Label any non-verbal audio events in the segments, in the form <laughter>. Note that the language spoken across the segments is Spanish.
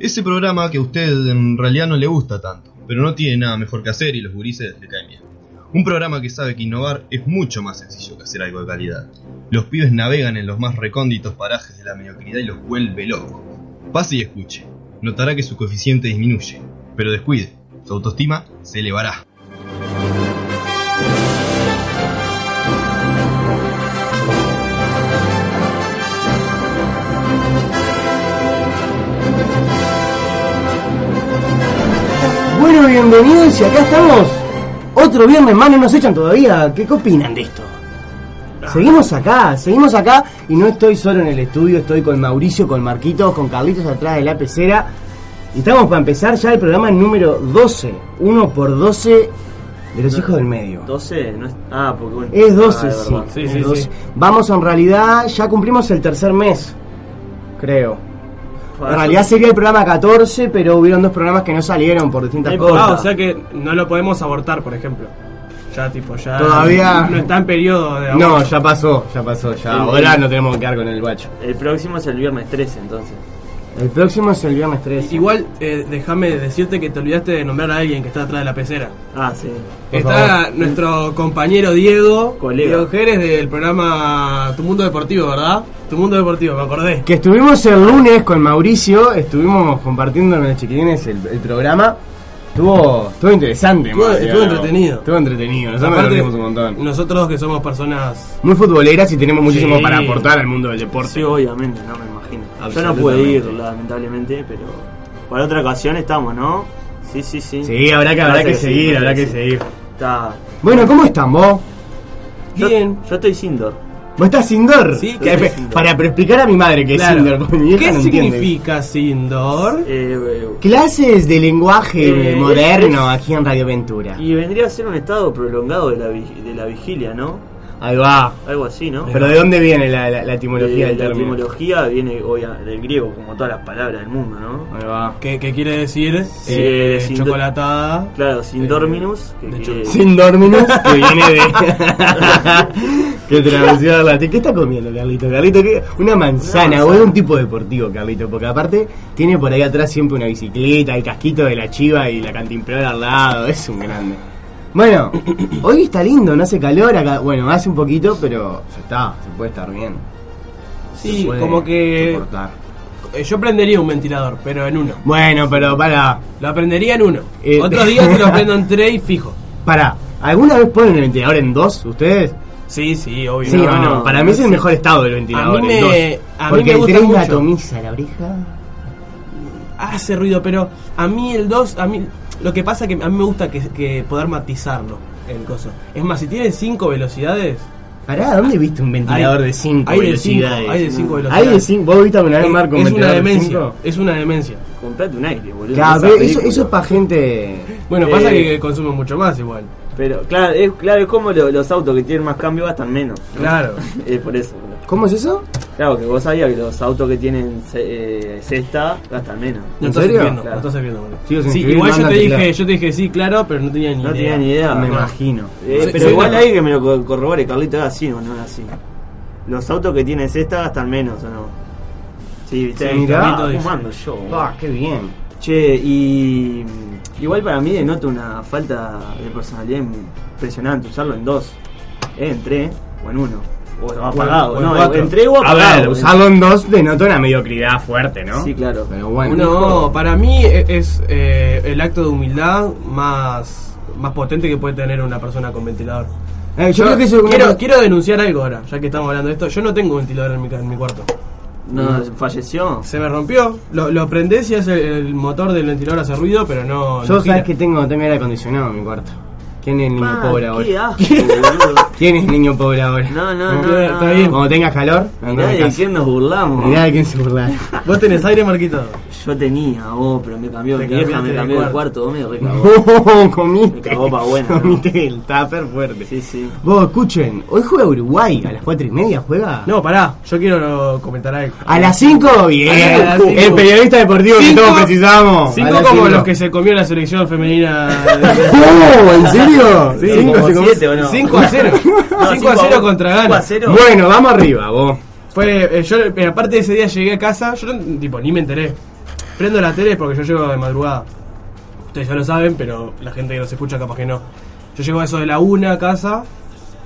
Ese programa que a usted en realidad no le gusta tanto, pero no tiene nada mejor que hacer y los gurises le caen bien. Un programa que sabe que innovar es mucho más sencillo que hacer algo de calidad. Los pibes navegan en los más recónditos parajes de la mediocridad y los vuelve loco. Pase y escuche. Notará que su coeficiente disminuye, pero descuide, su autoestima se elevará. Bueno, bienvenidos y acá estamos. Otro viernes más no nos echan todavía. ¿Qué qué opinan de esto? Seguimos acá, seguimos acá y no estoy solo en el estudio, estoy con Mauricio, con Marquitos, con Carlitos atrás de la pecera. Y estamos para empezar ya el programa número 12, 1 por 12 de los hijos del medio. 12, no es. Ah, porque bueno. Es 12, Ah, de sí. verdad. Sí, es sí, 12. sí. Vamos, en realidad ya cumplimos el tercer mes, creo. Fue En hace- realidad sería el programa 14, pero hubieron dos programas que no salieron por distintas cosas. Ah, o sea que no lo podemos abortar, por ejemplo. Ya, tipo, ya. Todavía- No está en periodo de aborto. No, ya pasó, ya pasó, ya. El- Ahora no tenemos que quedar con el guacho. El próximo es el viernes 13, entonces. El próximo es el viernes 3. Igual, eh, déjame decirte que te olvidaste de nombrar a alguien que está atrás de la pecera. Ah, sí. Por está favor. nuestro compañero Diego, Colega. Diego Jerez del programa Tu Mundo Deportivo, ¿verdad? Tu Mundo Deportivo, me acordé. Que estuvimos el lunes con Mauricio, estuvimos compartiendo con los chiquilines el, el programa. Estuvo, estuvo interesante, Estuvo- Mauricio, estuvo ¿no? entretenido. Estuvo entretenido, nosotros Aparte, nos reímos un montón. Nosotros que somos personas. Muy futboleras y tenemos muchísimo Sí. para aportar al mundo del deporte. Sí, obviamente, no me imagino. Yo no pude ir, lamentablemente, pero. Para otra ocasión estamos, ¿no? Sí, sí, sí. Sí, habrá que, habrá Parece que sí, seguir, parece habrá que sí. seguir. Está. Bueno, ¿cómo están vos? Yo- Bien. Yo, estoy Sindor. ¿Vos estás Sindor? Sí, Que- estoy Sindor. Para, pero explicar a mi madre que Claro. es Sindor, porque mi vieja ¿Qué no entiende. significa Sindor? Eh, eh, Clases de lenguaje Eh, moderno aquí en Radio Ventura. y vendría a ser un estado prolongado de la, vi- de la vigilia, ¿no? Ahí va. Algo así, ¿no? Pero ¿de dónde viene la, la, la etimología Eh, del la término? etimología viene obvia, del griego, como todas las palabras del mundo, ¿no? Ahí va. ¿Qué, qué quiere decir? Sí, Eh, <laughs> Sindor- chocolatada. Eh, Claro, Sindorminus, que de quiere- Sin dorminos, que viene de. <laughs> que traducción al latín. ¿Qué está comiendo, Carlito? Carlito, ¿qué? Una manzana, Una manzana. o es un tipo deportivo, Carlito, porque aparte tiene por ahí atrás siempre una bicicleta, el casquito de la chiva y la cantimplora al lado. Es un grande. Bueno, <coughs> hoy está lindo, no hace calor acá. Bueno, hace un poquito, pero se está, se puede estar bien. Se Sí, puede como que- soportar. Eh, Yo prendería un ventilador, pero en uno. Bueno, pero para. Lo prendería en uno. Eh, Otros días <laughs> te lo prendo en tres y fijo. Para, ¿alguna vez ponen el ventilador en dos ustedes? Sí, sí, obvio. Sí, No, no, no, para no mí es el sé. mejor estado del ventilador. A mí me- el dos. a mí Porque me el gusta tres me mucho. atomiza la oreja. Hace ruido, pero a mí el 2, a mí. Lo que pasa que a mí me gusta que, que poder matizarlo, el coso. Es más, si tiene cinco velocidades. Ah, Pará, ¿dónde viste un ventilador Hay- de 5 hay de cinco, velocidades? hay de cinco Hay de velocidades. cinco- ¿Vos viste alguna vez es- Marco un es una ventilador de demencia. cinco? Es una demencia. Comprate un aire, boludo. Claro, no pero seas eso, ridículo. eso es para gente. Bueno, Eh. pasa que consume mucho más igual. Pero, claro, es, claro, es como lo- los autos que tienen más cambio gastan menos. ¿no? Claro. <laughs> es por eso, boludo. ¿Cómo es eso? Claro, que vos sabías que los autos que tienen ce- eh, cesta gastan menos. No ¿En estás serio? viendo, Claro. no estás viendo, boludo. Sigo sin Sí, escribir, igual no yo te anda dije, teclado. yo te dije sí, claro, pero no tenía ni No idea. Ah, tenía ni idea. Me No. imagino. Eh, Sí, pero sí, igual no. ahí que me lo co- corrobore, Carlito, es así o no es así. Los autos que tienen cesta gastan menos o no. Sí, viste, Sí, mirá. Ah, fumando yo. Ah, qué bien. Che, y mm, igual para mí denota una falta de personalidad impresionante usarlo en dos. Eh, en tres o en uno. O apagado. o en no, cuatro. en tres o A apagado. ver, <laughs> usarlo en dos denota una mediocridad fuerte, ¿no? Sí, claro. Pero bueno. No, para mí e- es eh, el acto de humildad más, más potente que puede tener una persona con ventilador. Eh, yo, creo que eso es una- quiero, quiero denunciar algo ahora, ya que estamos hablando de esto. Yo no tengo ventilador en mi, ca- en mi cuarto. No, falleció. Se me rompió. Lo, lo prendés y hace el, el motor del ventilador hace ruido, pero no. Yo no gira. sabes que tengo también aire acondicionado en mi cuarto. ¿Quién es el niño Pa, pobre Ah, qué <laughs> ahora? asco, boludo. ¿Quién es el niño pobre ahora? No, no, no. Está no, bien. no. Cuando tengas calor, andá Mirá de de casa. quién nos burlamos. Mirá de quién se burla. <laughs> Vos tenés aire, Marquito. Yo tenía, oh, pero me cambió, Te mi vieja cambiaste me de cambió el cuarto. <laughs> cuarto, vos me reclamó. No, comiste. Me cagó pa' buena, ¿no? Comiste el tupper fuerte. sí, sí. Vos, escuchen, hoy juega Uruguay. A las cuatro y media juega. No, pará, yo quiero comentar algo. A las 5, bien. A las cinco. El periodista deportivo Cinco- que todos precisamos. Cinco A las como cinco. los que se comió la selección <laughs> femenina. ¡Oh! ¿En serio? Sí, Cinco como se comió- siete, ¿o no? 5 a <laughs> 0. No, 5 a cinco 0 un- contra cinco a Ghana. cero. Bueno, vamos arriba, vos. Fue, eh, yo, eh, aparte de ese día llegué a casa, yo no- tipo, ni me enteré. Prendo la tele porque yo llego de madrugada. Ustedes ya lo saben, pero la gente que nos escucha capaz que no. Yo llego a eso de la una a casa.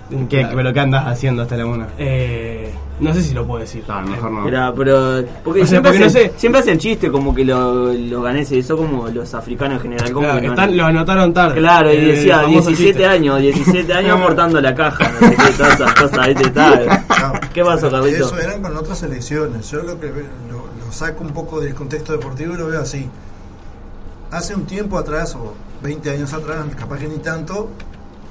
¿Qué, qué- pero qué andas haciendo hasta la una? Eh, no sé si lo puedo decir. Eh, No, mejor no. Era, Ah, pero. Porque, O sea, siempre, porque no hacen, sé. siempre hacen chiste como que lo- los ganeses, eso como los africanos en general. Como Claro, que no- están- lo anotaron tarde. Eh, Claro, y El decía famoso 17 chiste. años, 17 años portando la caja, no sé qué, todas esas cosas, ¿viste? Tal. ¿Qué pasó, pero Carlito? Eso eran con otras elecciones. Yo lo que ve- lo, lo saco un poco del contexto deportivo y lo veo así. Hace un tiempo atrás, o 20 años atrás, capaz que ni tanto,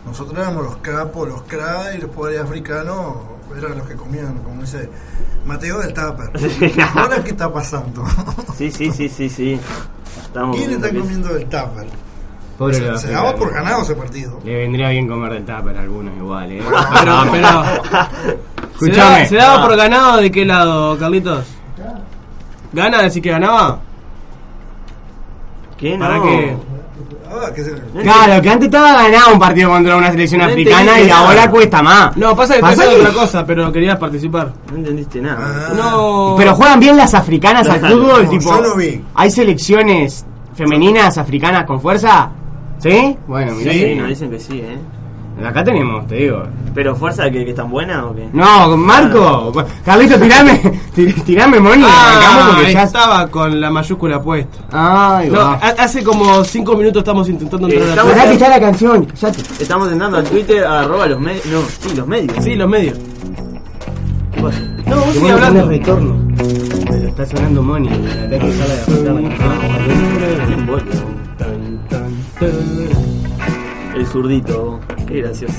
nosotros éramos los capos, los cra y los poderes africanos eran los que comían, como dice Mateo del Tupper. <laughs> Ahora, ¿qué está pasando? Sí, sí, sí, sí, sí. Estamos ¿Quién está comiendo comiendo del Tupper? Pobre los Se daba africanos. por ganado ese partido. Le vendría bien comer del tupper a algunos igual, eh. Ah, Pero, <laughs> pero. ¿Se daba, Escuchame. se Ah. daba por ganado de qué lado, Carlitos? ¿Gana decir que ganaba? pizza. ¿Qué? ¿Para No. qué? Ahora, ¿qué Ah, se- Claro, que antes estaba ganado un partido contra una selección No africana entendí y nada. ahora cuesta más. No, pasa que estoy Pasa hablando de que- otra cosa, pero querías participar. No entendiste nada. Ah. No. Pero juegan bien las africanas al fútbol, <laughs> No, tipo. yo lo vi. Hay selecciones femeninas africanas con fuerza. ¿Sí? Bueno, Sí, mirá. nos que- dicen que sí, ¿eh? Acá tenemos, te digo. ¿Pero fuerza que, que están buena o qué? No, Marco, Carlito, tirame, tir- tirame, Moni, arrancamos Ah, porque ya estaba con la mayúscula puesta. Ay, No, va. ha- hace como 5 minutos estamos intentando entrar a la Estamos- Pará que está la canción, callate. Estamos entrando al Twitter, a arroba los medios. No, sí, los medios. Sí, los medios. Bueno, No, vos Te sigue voy a poner hablando. retorno. Pero está sonando Moni, la tengo que dejarla de qué embole, vos. El zurdito, vos. qué gracioso.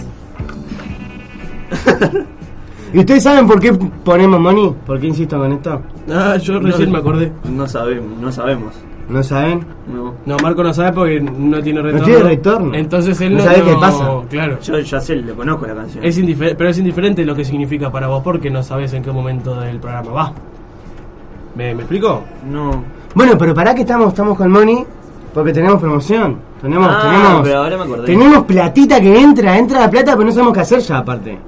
¿Y ustedes saben por qué ponemos Moni? ¿Por qué insisto con esto? Ah, yo recién me acordé. No sabemos, no sabemos. ¿No saben? No. No, Marco no sabe porque no tiene retorno. tiene retorno. Entonces él No no, sabe no- qué pasa. Claro. Yo ya sé, le conozco la canción. Es indifer- pero es indiferente lo que significa para vos porque no sabes en qué momento del programa va. ¿Me, me explico? No. Bueno, pero para que estamos, estamos con Moni, porque tenemos promoción. Tenemos, Ah, tenemos. pero ahora me acordé. Tenemos platita que entra, entra la plata, pero no sabemos qué hacer ya aparte.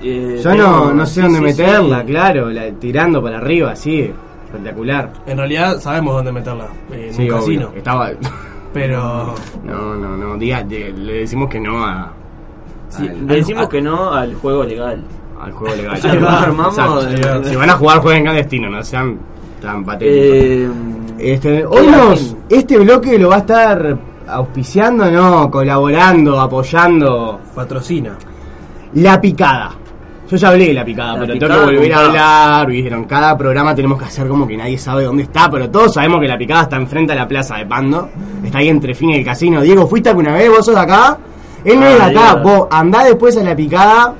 Eh, Yo no, tengo- no sé sí, dónde sí, meterla, sí. claro, la, tirando para arriba, así, espectacular. En realidad sabemos dónde meterla. eh, En un obvio, casino. Estaba. Pero. No, no, no, diga, de- le decimos que no a. Sí, al- le decimos a- que no al juego legal. al juego <laughs> legal. Ahí va, armamos. eh. Exacto. Si van a jugar, jueguen clandestino, no sean tan patéticos. Eh, este, ¿qué hoy nos, imagen? este bloque lo va a estar auspiciando, no, colaborando, apoyando Patrocina. la picada. Yo ya hablé de la picada, La pero picada tengo que volver a con hablar. Vieron, cada programa tenemos que hacer como que nadie sabe dónde está, pero todos sabemos que la picada está enfrente a la plaza de Pando. Está ahí entre Fines y el casino. Diego, ¿fuiste alguna vez? ¿Vos sos de acá? Él no Ah, es de acá. Diego. Vos andá después a la picada,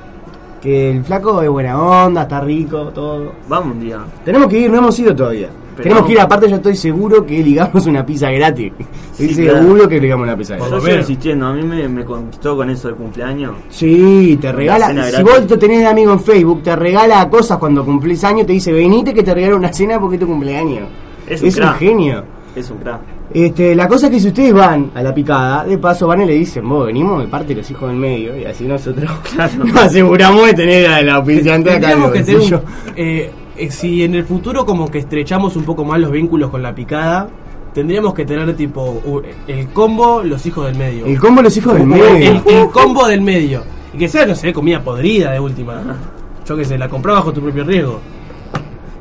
que el flaco es buena onda, está rico, todo. Vamos un día. Tenemos que ir, no hemos ido todavía. Pero Tenemos no. que ir, aparte yo estoy seguro que ligamos una pizza gratis. Estoy Sí, claro. seguro que ligamos una pizza gratis. lo Yo sigo menos. insistiendo, a mí me, me conquistó con eso del cumpleaños. Sí, te cena regala. Si gratis. vos te tenés de amigo en Facebook, te regala cosas cuando cumplís años, te dice, venite que te regalo una cena porque es tu cumpleaños. Es un crack. genio. Es un crack. Este, la cosa es que si ustedes van a la picada, de paso van y le dicen, vos venimos de parte de los hijos del medio, y así nosotros <laughs> Claro. nos aseguramos de tener a la oficiante acá. en Tendríamos el que tener bolsillo. un- eh, eh, si en el futuro como que estrechamos un poco más los vínculos con la picada, tendríamos que tener tipo u- el combo los hijos del medio. El combo de los hijos del O el, medio. el combo del medio. Y que sea, no sé, comida podrida de última. Yo qué sé, la comprás bajo tu propio riesgo.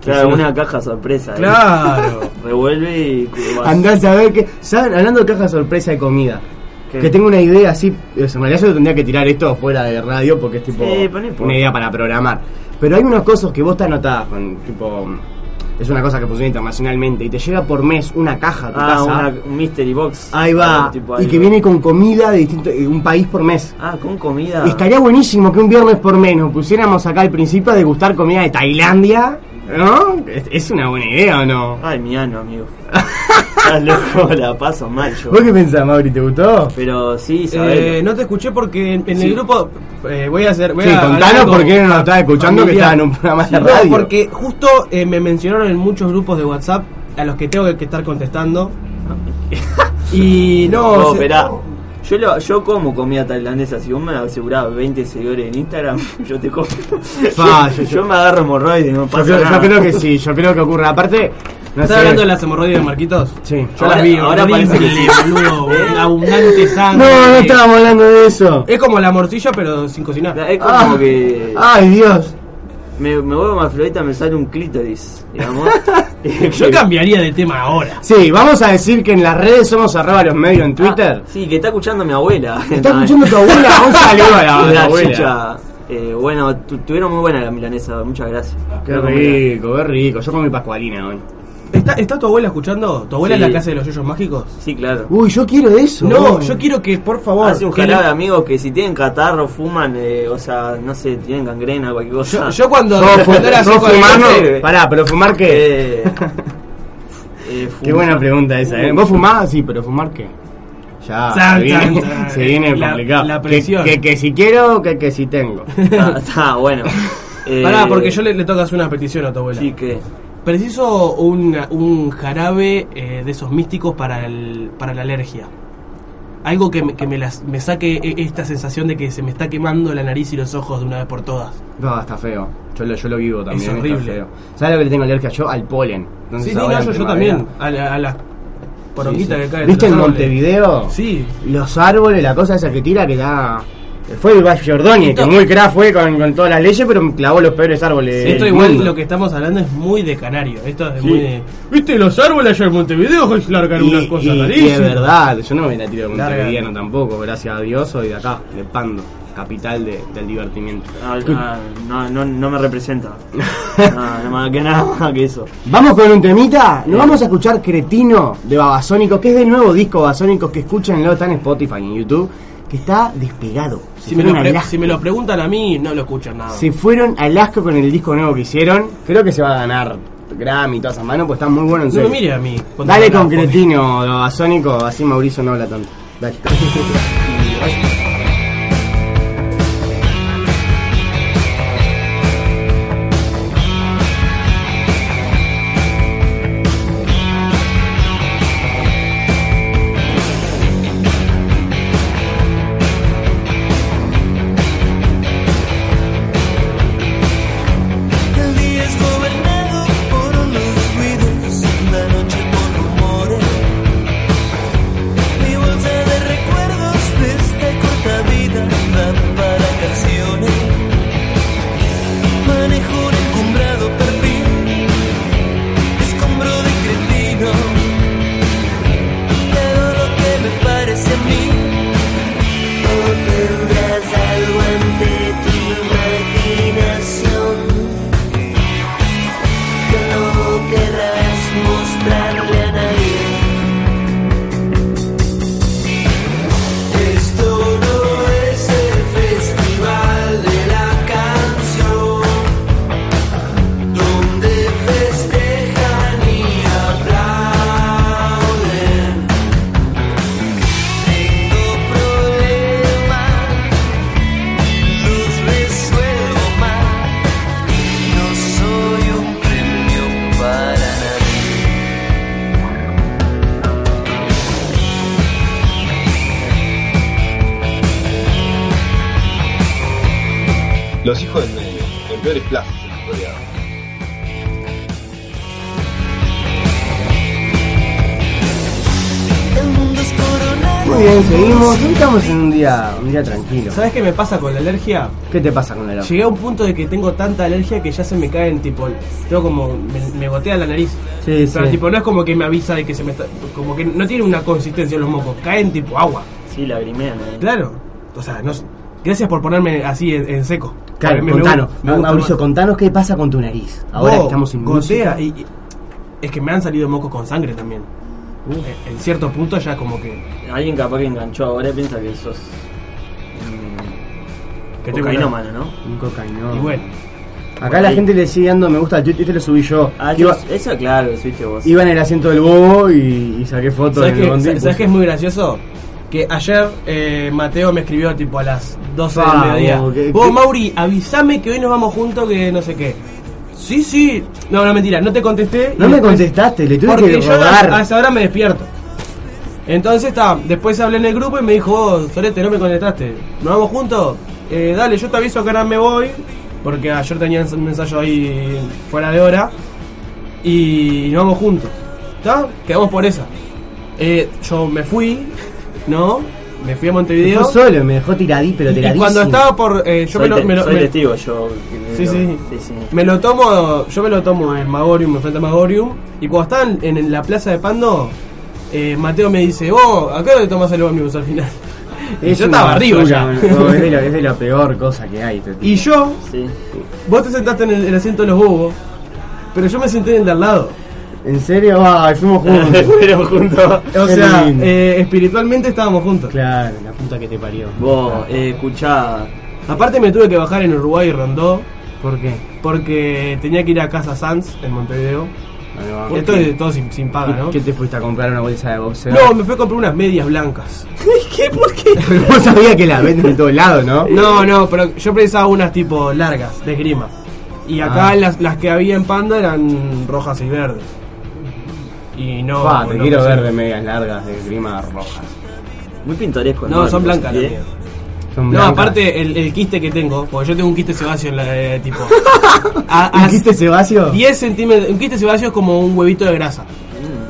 Ah, Claro, una caja sorpresa. ¿eh? <laughs> Claro. Revuelve y. te vas. Andá a saber que. ¿saben? Hablando de caja sorpresa de comida. ¿Qué? Que tengo una idea así. es- En realidad yo tendría que tirar esto fuera de radio porque es tipo. Sí, pero no importa. una idea para programar. Pero hay unos cosas que vos te anotás con. Tipo. Es una cosa que funciona internacionalmente. Y te llega por mes una caja a tu Ah, casa. una, un mystery box. Ahí va. Ah, tipo y algo. que viene con comida de distinto, eh, un país por mes. Ah, con comida. Estaría buenísimo que un viernes por menos pusiéramos acá al principio a degustar comida de Tailandia Ah, ¿No? ¿Es, es una buena idea o no? Ay, mi <laughs> ano, amigo. Estás loco, la paso mal yo. ¿Vos qué pensás, Mauri? ¿Te gustó? Pero sí, Eh, sabés. no te escuché porque en, en Sí. el grupo eh, voy a hacer. Voy Sí, a contanos hablar con- por qué no nos estás escuchando que familiar. estaba en un programa de No, radio. porque justo eh, me mencionaron en muchos grupos de WhatsApp a los que tengo que estar <laughs> contestando. y no. No, se- esperá. Yo, lo- yo como comida tailandesa, si vos me asegurás 20 seguidores en Instagram, <laughs> yo te como. Fa, Ah, yo- yo, me agarro hemorroides, no Yo pasa creo, yo nada. creo que sí, yo creo que ocurre. Aparte, no ¿Estás sé. hablando de las hemorroides de Marquitos? Sí. Yo Ahora- las vi, Eh, ahora horrible, parece que sí. <laughs> boludo, un abundante No, sangre. no estábamos hablando de eso. Es como la morcilla, pero sin cocinar. Es como Ah, que. Ay, Dios. Me, me vuelvo más florita, me sale un clítoris, digamos. <laughs> <laughs> Yo cambiaría de tema ahora. Sí, vamos a decir que en las redes somos arroba los medios en Twitter. Ah, sí, que está escuchando mi abuela. ¿Está No, escuchando tu abuela? <laughs> Un saludo a la, a Y la la abuela. chicha. Eh, bueno, tu- tuvieron muy buena la milanesa, muchas gracias. Ah, Qué rico, qué rico. Yo comí pascualina hoy. ¿Está, está tu abuela escuchando? ¿Tu abuela Sí. es la que hace los yoyos mágicos? Sí, claro. Uy, yo quiero eso. No, yo quiero que, por favor. Hace un que le- jarabe, amigos, que si tienen catarro, fuman, eh, o sea, no sé, tienen gangrena, cualquier cosa. Yo, yo cuando. ¿Sos, fu- cuando era sos chico había- fumano? sirve. Pará, pero fumar qué? <laughs> Eh, eh, fuma- qué buena pregunta esa, ¿eh? ¿Vos fumás? Sí, pero fumar qué? Ya, San, se viene, san, san. <laughs> se viene La- complicado. la Que- presión. Que, que, si quiero, que, que si <laughs> tengo. Está, está, bueno. Eh, Pará, porque yo le, le toco hacer una petición a tu abuela. Sí, que. Preciso una- un jarabe eh, de esos místicos para, el, para la alergia. Algo que, me, que me, las, me saque e- esta sensación de que se me está quemando la nariz y los ojos de una vez por todas. No, está feo. Yo lo, yo lo vivo también. está horrible. feo. ¿Sabes lo que le tengo alergia yo? Al polen. Entonces sí, sí, no, ahora en yo, yo primavera- también. A la, a la poronguita Sí, sí. que cae. ¿Viste de en los árboles. Montevideo? Sí. Los árboles, la cosa esa que tira que da. Fue el Valle Ordóñez, que Esto- muy crack fue con, con todas las leyes, pero clavó los peores árboles. Esto del igual mundo. lo que estamos hablando es muy de canario. Esto es de Sí. muy de- ¿Viste los árboles allá en Montevideo? Es largan unas Y, cosas y- y rarísimas. es verdad, yo no me la tiro de Larga. Montevideo tampoco, gracias a Dios soy de acá, de Pando, capital de- del divertimiento. ah, ah, No, no, no <laughs> me representa. Ah, no más que nada más que eso. Vamos con un temita, nos vamos a escuchar Cretino de Babasónicos, que es del nuevo disco Babasónicos que escúchenlo, está en Spotify y en YouTube, que está despegado. Se Si me, lo fueron al pre- asco. si me lo preguntan a mí, no lo escuchan nada. Se fueron al asco con el disco nuevo que hicieron, creo que se va a ganar Grammy y todas esas manos, pues está muy bueno en no serio. me mire a mí. cuando Dale me la con ponen. Cretino de Babasónicos, así Mauricio no habla tanto. <laughs> Dale. El día es gobernado por los ruidos, la noche por rumores. Mi bolsa de recuerdos de esta corta vida va para canciones. Manejo un encumbrado perfil, escombro de cretino. Todo lo que me parece a mí, o tendrás algo ante tu imaginación que no querrás mostrarle a nadie. Esto no es el festival de la canción, donde festejan y aplauden. Tengo problemas, los resuelvo mal. No soy un premio para nadie. Los hijos del medio, en peores plazas se los podría dar. El mundo es coronado. Muy bien, seguimos. Hoy estamos en un día, un día tranquilo. ¿Sabes qué me pasa con la alergia? ¿Qué te pasa con el ojo? Llegué a un punto de que tengo tanta alergia que ya se me caen, tipo, tengo como, me, me gotea la nariz. Sí, Pero sí. tipo, no es como que me avisa de que se me está, como que no tiene una consistencia los mocos, caen tipo agua. Sí, lagrimean. eh. Claro. O sea, no, s- gracias por ponerme así en, en seco. Claro, Me- me contanos, gusta- me gusta Mauricio, más. contanos qué pasa con tu nariz. Ahora Oh, que estamos en música. gotea y, y- es que me han salido mocos con sangre también. En- En cierto punto ya como que, Alguien capaz que enganchó ahora piensa que sos. que cocainómano, ¿no? Un cocainón. Y bueno, Acá la ahí. gente le sigue dando me gusta al tweet, este lo subí yo. Ah, iba, yo- eso claro, lo subiste vos. iba en el asiento del bobo y, y saqué fotos ¿Sabes del qué, bondi. sa- sabes qué es muy gracioso? Que ayer eh, Mateo me escribió tipo a las 12 del Vamos, mediodía. que- Vos, que- Mauri, avísame que hoy nos vamos juntos, que no sé qué. Sí, sí. No, no, mentira, no te contesté. No Y me después- contestaste, le tuve Porque que yo a rogar. esa hora me despierto. Entonces, ta, después hablé en el grupo y me dijo, oh, Sorete, no me contestaste. ¿Nos vamos juntos? Eh, dale, yo te aviso que ahora me voy. Porque ayer tenía un ensayo ahí fuera de hora. Y nos vamos juntos. ¿Está? Quedamos por esa. Eh, yo me fui, ¿no? Me fui a Me Montevideo. dejó solo, me dejó tiradí, pero y tiradísimo. cuando estaba por. eh, yo Soy, me lo, te- me lo- soy me- testigo yo. Sí, sí. sí, sí. Me lo tomo, yo me lo tomo en Magorium, enfrente a Magorium. Y cuando estaban en, en la plaza de Pando, eh, Mateo me dice, vos, ¿a qué hora te tomas el ómnibus al <laughs> final? Y Es yo una estaba arriba basura, ya. boludo, es, <laughs> de la, es de la peor cosa que hay. este tipo. Y yo, Sí. vos te sentaste en el, el asiento de los bobos, pero yo me senté en el de al lado. En serio, <laughs> ay, fuimos juntos. Pero juntos. O Qué sea, lindo. eh, espiritualmente estábamos juntos. claro, la puta que te parió. Vos, eh, escuchá. Aparte me tuve que bajar en Uruguay y Rondó, ¿Por qué? porque tenía que ir a Casa Sanz en Montevideo. Ahí va. Esto es todo sin, sin paga, Ah, ¿no? ¿Qué te fuiste a comprar una bolsa de boxeo? No, me fui a comprar unas medias blancas. ¿Qué? ¿Por qué? Vos sabías que la venden en todos lados, ¿no? No, no, pero yo pensaba unas tipo largas, de esgrima. Y acá Ah. las, las que había en Panda eran rojas y verdes. Y no. Fa, te no quiero quise- ver de medias largas, de grima roja. Muy pintoresco. No, son blancas las ¿Sí? mías. Son No, blancas. aparte el, el quiste que tengo, porque yo tengo un quiste sebáceo en la eh, tipo. <laughs> ¿Un A, a quiste sebáceo? 10 centímetros. Un quiste sebáceo es como un huevito de grasa.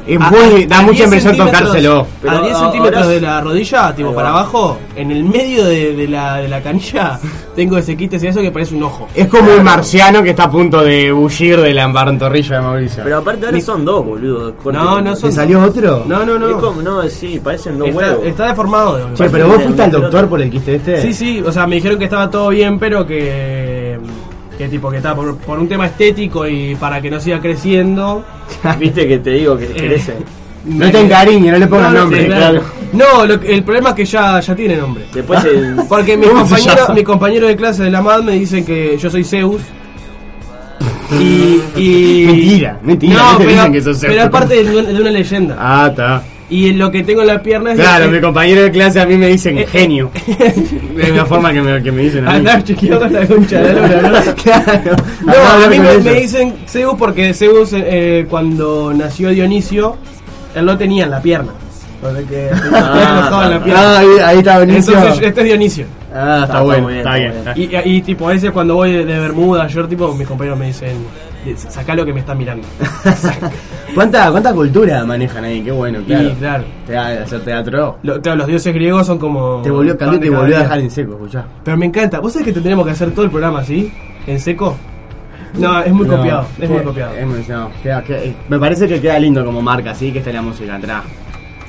Es A- muy- a- da a 10 mucha impresión centímetros- tocárselo. Pero a 10 a- centímetros ahora- de la rodilla, tipo Ahí para va. abajo, en el medio de, de la, de la <laughs> canilla, tengo ese quiste sebáceo que parece un ojo. Es como un marciano que está a punto de bullir de la embarntorrilla de Mauricio. Pero aparte ahora son dos, boludo. Corte. No, no ¿Te son- salió otro? No, no, Es no. como, no, sí, parecen dos está, huevos. está deformado. digamos. Che, pero vos fuiste al Pero- doctor por el quiste este. Sí, sí, o sea, me dijeron que estaba todo bien, pero que. que tipo, que estaba por, por un tema estético y para que no siga <laughs> creciendo. Eh, Viste que te digo <laughs> que crecen. No te encariñes, no le pongas No, no, nombre. sí, claro. No, lo que- el problema es que ya, ya tiene nombre. Después el. <laughs> Porque mi ¿Cómo se compañero, llama? mi compañero de clase de la MAD me dicen que yo soy Zeus. Y. y- Mentira, mentira, No, <laughs> no te pero, dicen que sos Zeus. pero aparte de, una- de una leyenda. Ah, está. Y lo que tengo en la pierna es. Claro, es- mi compañero de clase a mí me Eh, dicen genio. De la forma que me, que me dicen a mí. Andar chequeado con <laughs> la concha de la lora, ¿no? <laughs> claro. No, Andá a hablar mí con me, ellos. me dicen Zeus porque Zeus eh, cuando nació Dionisio, él no tenía en la pierna. O sea <laughs> que no estaba en la Ah, pierna. ahí, ahí está Benicio. Entonces este es Dionisio. ah, está, está bueno, muy bien, está está bien. muy está- Y, y tipo, a veces cuando voy de, de Bermuda, yo tipo, mis compañeros me dicen, saca lo que me está mirando. ¿Cuánta, ¿Cuánta cultura manejan ahí? Qué bueno, <laughs> claro. Y claro, Te va a hacer teatro. lo- claro, los dioses griegos son como... Te volvió, pan de cambió, te cada volvió a día. dejar en seco, escuchá. Pero me encanta. ¿Vos sabés que tendríamos que hacer todo el programa así? ¿En seco? No, es muy No, copiado, es muy eh, copiado. es muy- no, queda- queda- eh, me parece que queda lindo como marca, así que está la música atrás.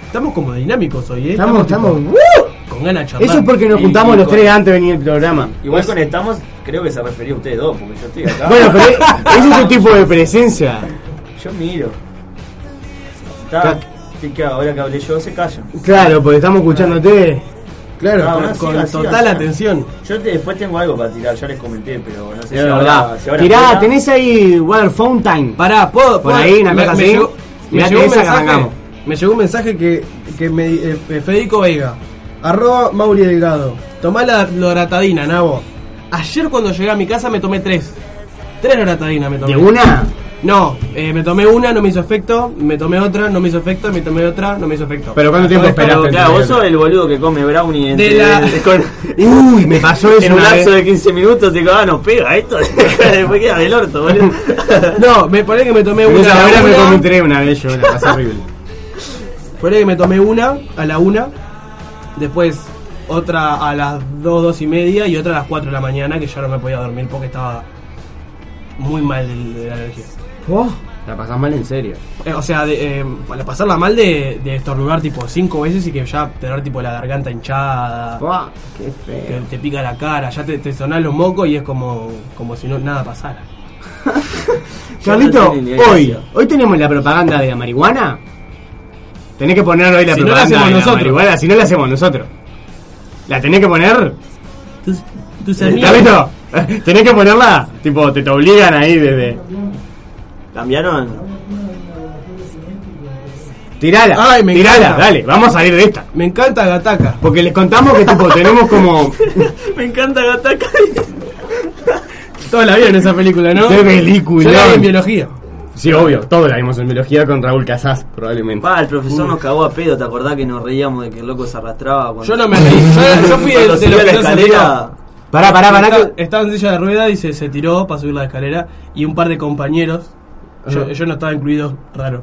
Estamos como dinámicos hoy, ¿eh? Estamos, estamos. tipo, ¡uh! con ganas de charlar. Eso es porque nos Y- juntamos y los con- tres antes de venir el programa. Igual conectamos, creo que se refería a ustedes dos, porque yo estoy acá. Bueno, pero eh, ese es el tipo de presencia. Yo miro. Está. así que ahora que hablé yo se callan. Claro, porque estamos escuchándote. Claro, Ah, Con- bueno, con siga, siga, total siga. atención. Yo te- después tengo algo para tirar, ya les comenté, pero no sé es si verdad. ahora. Si ahora Tirá, fuera. tenés ahí Water Fountain. Pará, ¿puedo? Por puedo- ahí, una me, cosa me así. Llegó, Mirá me, llegó que un esa mensaje, arrancamos. me llegó un mensaje que, que me, eh, eh, Federico Vega, arroba Mauri Delgado. Tomá la loratadina, Nabo. Ayer cuando llegué a mi casa me tomé tres. Tres loratadinas me tomé. ¿De una? No, eh, me tomé una, no me hizo efecto. Me tomé otra, no me hizo efecto. Me tomé otra, no me hizo efecto. ¿Pero Ah, cuánto tiempo Todo esto- esperaste? Claro, vos sos el boludo que come brownie en, De la- <laughs> con- Uy, me pasó eso en un una lapso vez. de 15 minutos. Te digo, ah, no pega esto. <laughs> después queda del orto, boludo. <laughs> No, me parece que me tomé En una. esa a la hora me una. comí tres una vez yo, una cosa horrible. Fue que me tomé una a la una, después otra a las dos, dos y media y otra a las cuatro de la mañana que ya no me podía dormir porque estaba muy mal del- de, la alergia. Oh, la pasás mal en serio. Eh, o sea, de, eh, para pasarla mal de, de estornudar tipo cinco veces y que ya tener tipo la garganta hinchada, Buah, qué que feo. te pica la cara, ya te, te sonan los mocos y es como, como si no nada pasara. Carlito, Yo no sé ni hoy, gracia. hoy tenemos la propaganda de la marihuana. Tenés que poner hoy la Si no la propaganda hacemos de la nosotros. marihuana, si no la hacemos nosotros. La tenés que poner. Eh, Tus, tus Carlito, <laughs> Tenés que ponerla, tipo, te, te obligan ahí desde. Cambiaron. Tirala, Ay, me tirala, encanta. dale, vamos a salir de esta. Me encanta Gataca. Porque les contamos que, tipo, <laughs> tenemos como. Me encanta Gataca. Toda la vida en esa película, ¿no? ¡Qué película! Yo la vi en biología. Sí, obvio, todos la vimos en biología con Raúl Casas, probablemente. Pa, el profesor nos cagó a pedo, ¿te acordás que nos reíamos de que el loco se arrastraba? Cuando Yo no me reí. Yo, yo fui de, Cuando de los subió que la no se escalera. tiró. Pará, pará, pará. Estaba- que- Estaba en silla de rueda y se, se tiró para subir la escalera. Y un par de compañeros. Yo, yo no estaba incluido, <laughs> raro.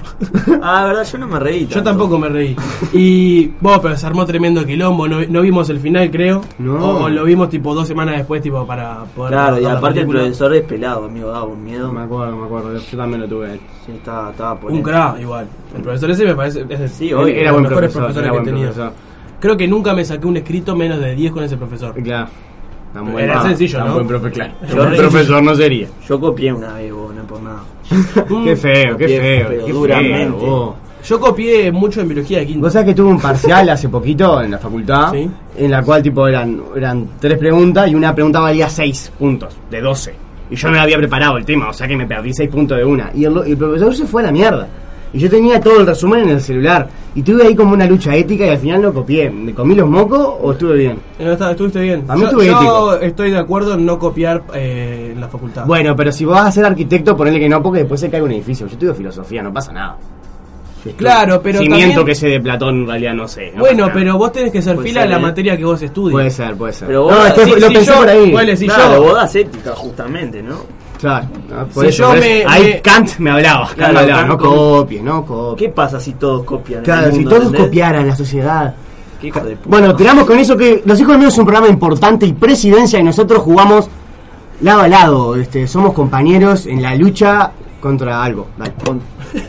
Ah, verdad, yo no me reí. Yo tanto. tampoco me reí. Y. Vos, pero se armó tremendo quilombo. No, vi- no vimos el final, creo. No. O, o lo vimos tipo dos semanas después, tipo, para poder. Claro, y ver la aparte el película. profesor es pelado, amigo, daba un miedo. Me acuerdo, me acuerdo, yo también lo tuve. Sí, estaba, estaba por Un crack, igual. El profesor ese me parece. es el- Sí, Era, obvio. era los buen mejores profesor, profesores era que buen he tenido. profesor. Creo que nunca me saqué un escrito menos de 10 con ese profesor. Claro. Tan Era profe- sencillo, tan ¿no? buen <laughs> profe, claro. Yo buen re- profesor no sería. Yo copié una vez, vos, no es por nada. <laughs> qué feo, qué Bien, feo. pero qué duramente. feo, vos. Yo copié mucho en biología de quinto. Vos sabés que tuve un parcial hace poquito en la facultad, Sí. en la cual tipo eran, eran tres preguntas y una pregunta valía seis puntos, de 12. Y yo no había preparado el tema, o sea que me perdí seis puntos de una. Y el, el profesor se fue a la mierda. Y yo tenía todo el resumen en el celular. Y tuve ahí como una lucha ética y al final lo copié. ¿Me comí los mocos o estuve bien? Eh, no, está- estuviste bien. A mí yo, estuve yo ético. estoy de acuerdo en no copiar eh, en la facultad. Bueno, pero si vos vas a ser arquitecto, ponele que no, porque después se cae un edificio. Yo estudio filosofía, no pasa nada. claro, pero si también- miento que ese de Platón en realidad no sé. no bueno, pasa nada. pero vos tenés que ser Pues Puede fila a ser, la ¿eh? materia que vos estudias. Puede ser, puede ser. Pero vos- no, este Si- fue- lo si pensé yo- por ahí. Ponele, si claro, yo- vos das ética, justamente, ¿no? Claro, ah, por Si eso, yo por eso. me- ahí me- Kant me hablaba, Kant Claro, me hablaba, Kant Ah, no con- copies, no copies. ¿Qué pasa si todos copian? en Claro, el si mundo, todos ¿entendés? copiaran la sociedad. ¿Qué hijo de puta? Bueno, tiramos con eso que Los Hijos del Miedo es un programa importante y presidencia y nosotros jugamos lado a lado, este, somos compañeros en la lucha contra algo. Dale. Con-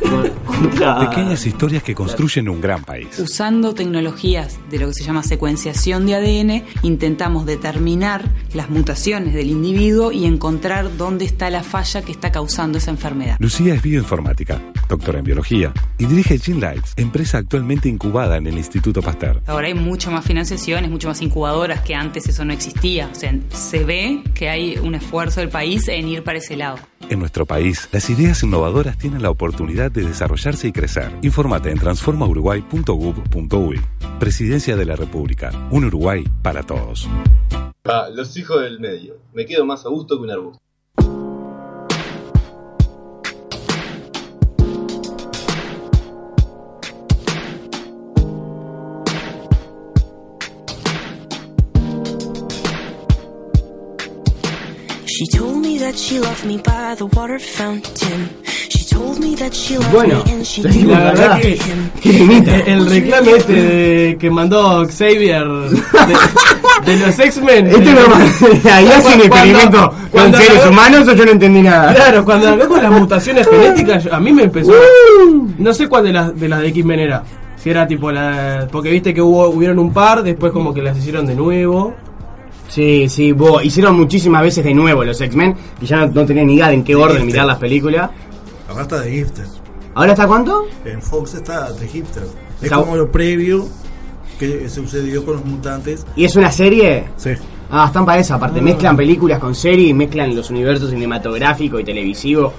con- contra- Pequeñas historias que construyen un gran país. Usando tecnologías de lo que se llama secuenciación de ADN, intentamos determinar las mutaciones del individuo y encontrar dónde está la falla que está causando esa enfermedad. Lucía es bioinformática, doctora en biología y dirige Gene Lights, empresa actualmente incubada en el Instituto Pasteur. Ahora hay mucho más financiaciones, mucho más incubadoras que antes eso no existía. O sea, se ve que hay un esfuerzo del país en ir para ese lado. En nuestro país, las ideas innovadoras tienen la oportunidad de desarrollarse y crecer. Infórmate en transformauruguay.gov.uy. Presidencia de la República. Un Uruguay para todos. Ah, los hijos del medio. Me quedo más a gusto que un arbusto. She told me that she loved me by the water fountain. She told me that she loved Bueno, me and she la knew verdad I loved que- him. ¿Qué limita? <laughs> Eh, El reclame este de- que mandó Xavier de, de los X-Men. Este eh, <laughs> no <laughs> ahí hace un cuando- experimento con cuando- seres humanos o yo no entendí nada. Claro, cuando hablé con las <laughs> mutaciones genéticas, yo- a mí me empezó. Uh. No sé cuál de las de, las de X-Men era. Si era tipo la. Porque viste que hubo, hubieron un par, después como que las hicieron de nuevo. Sí, sí, bo, hicieron muchísimas veces de nuevo los X-Men y ya no, no tenía ni idea de en qué orden mirar las películas. Ahora está de Gifted. ¿Ahora está cuánto? En Fox está de Gifted. Es Está- como lo previo que sucedió con los mutantes. ¿Y es una serie? Sí. Ah, están para esa parte. Mezclan películas con series, mezclan los universos cinematográfico y televisivo.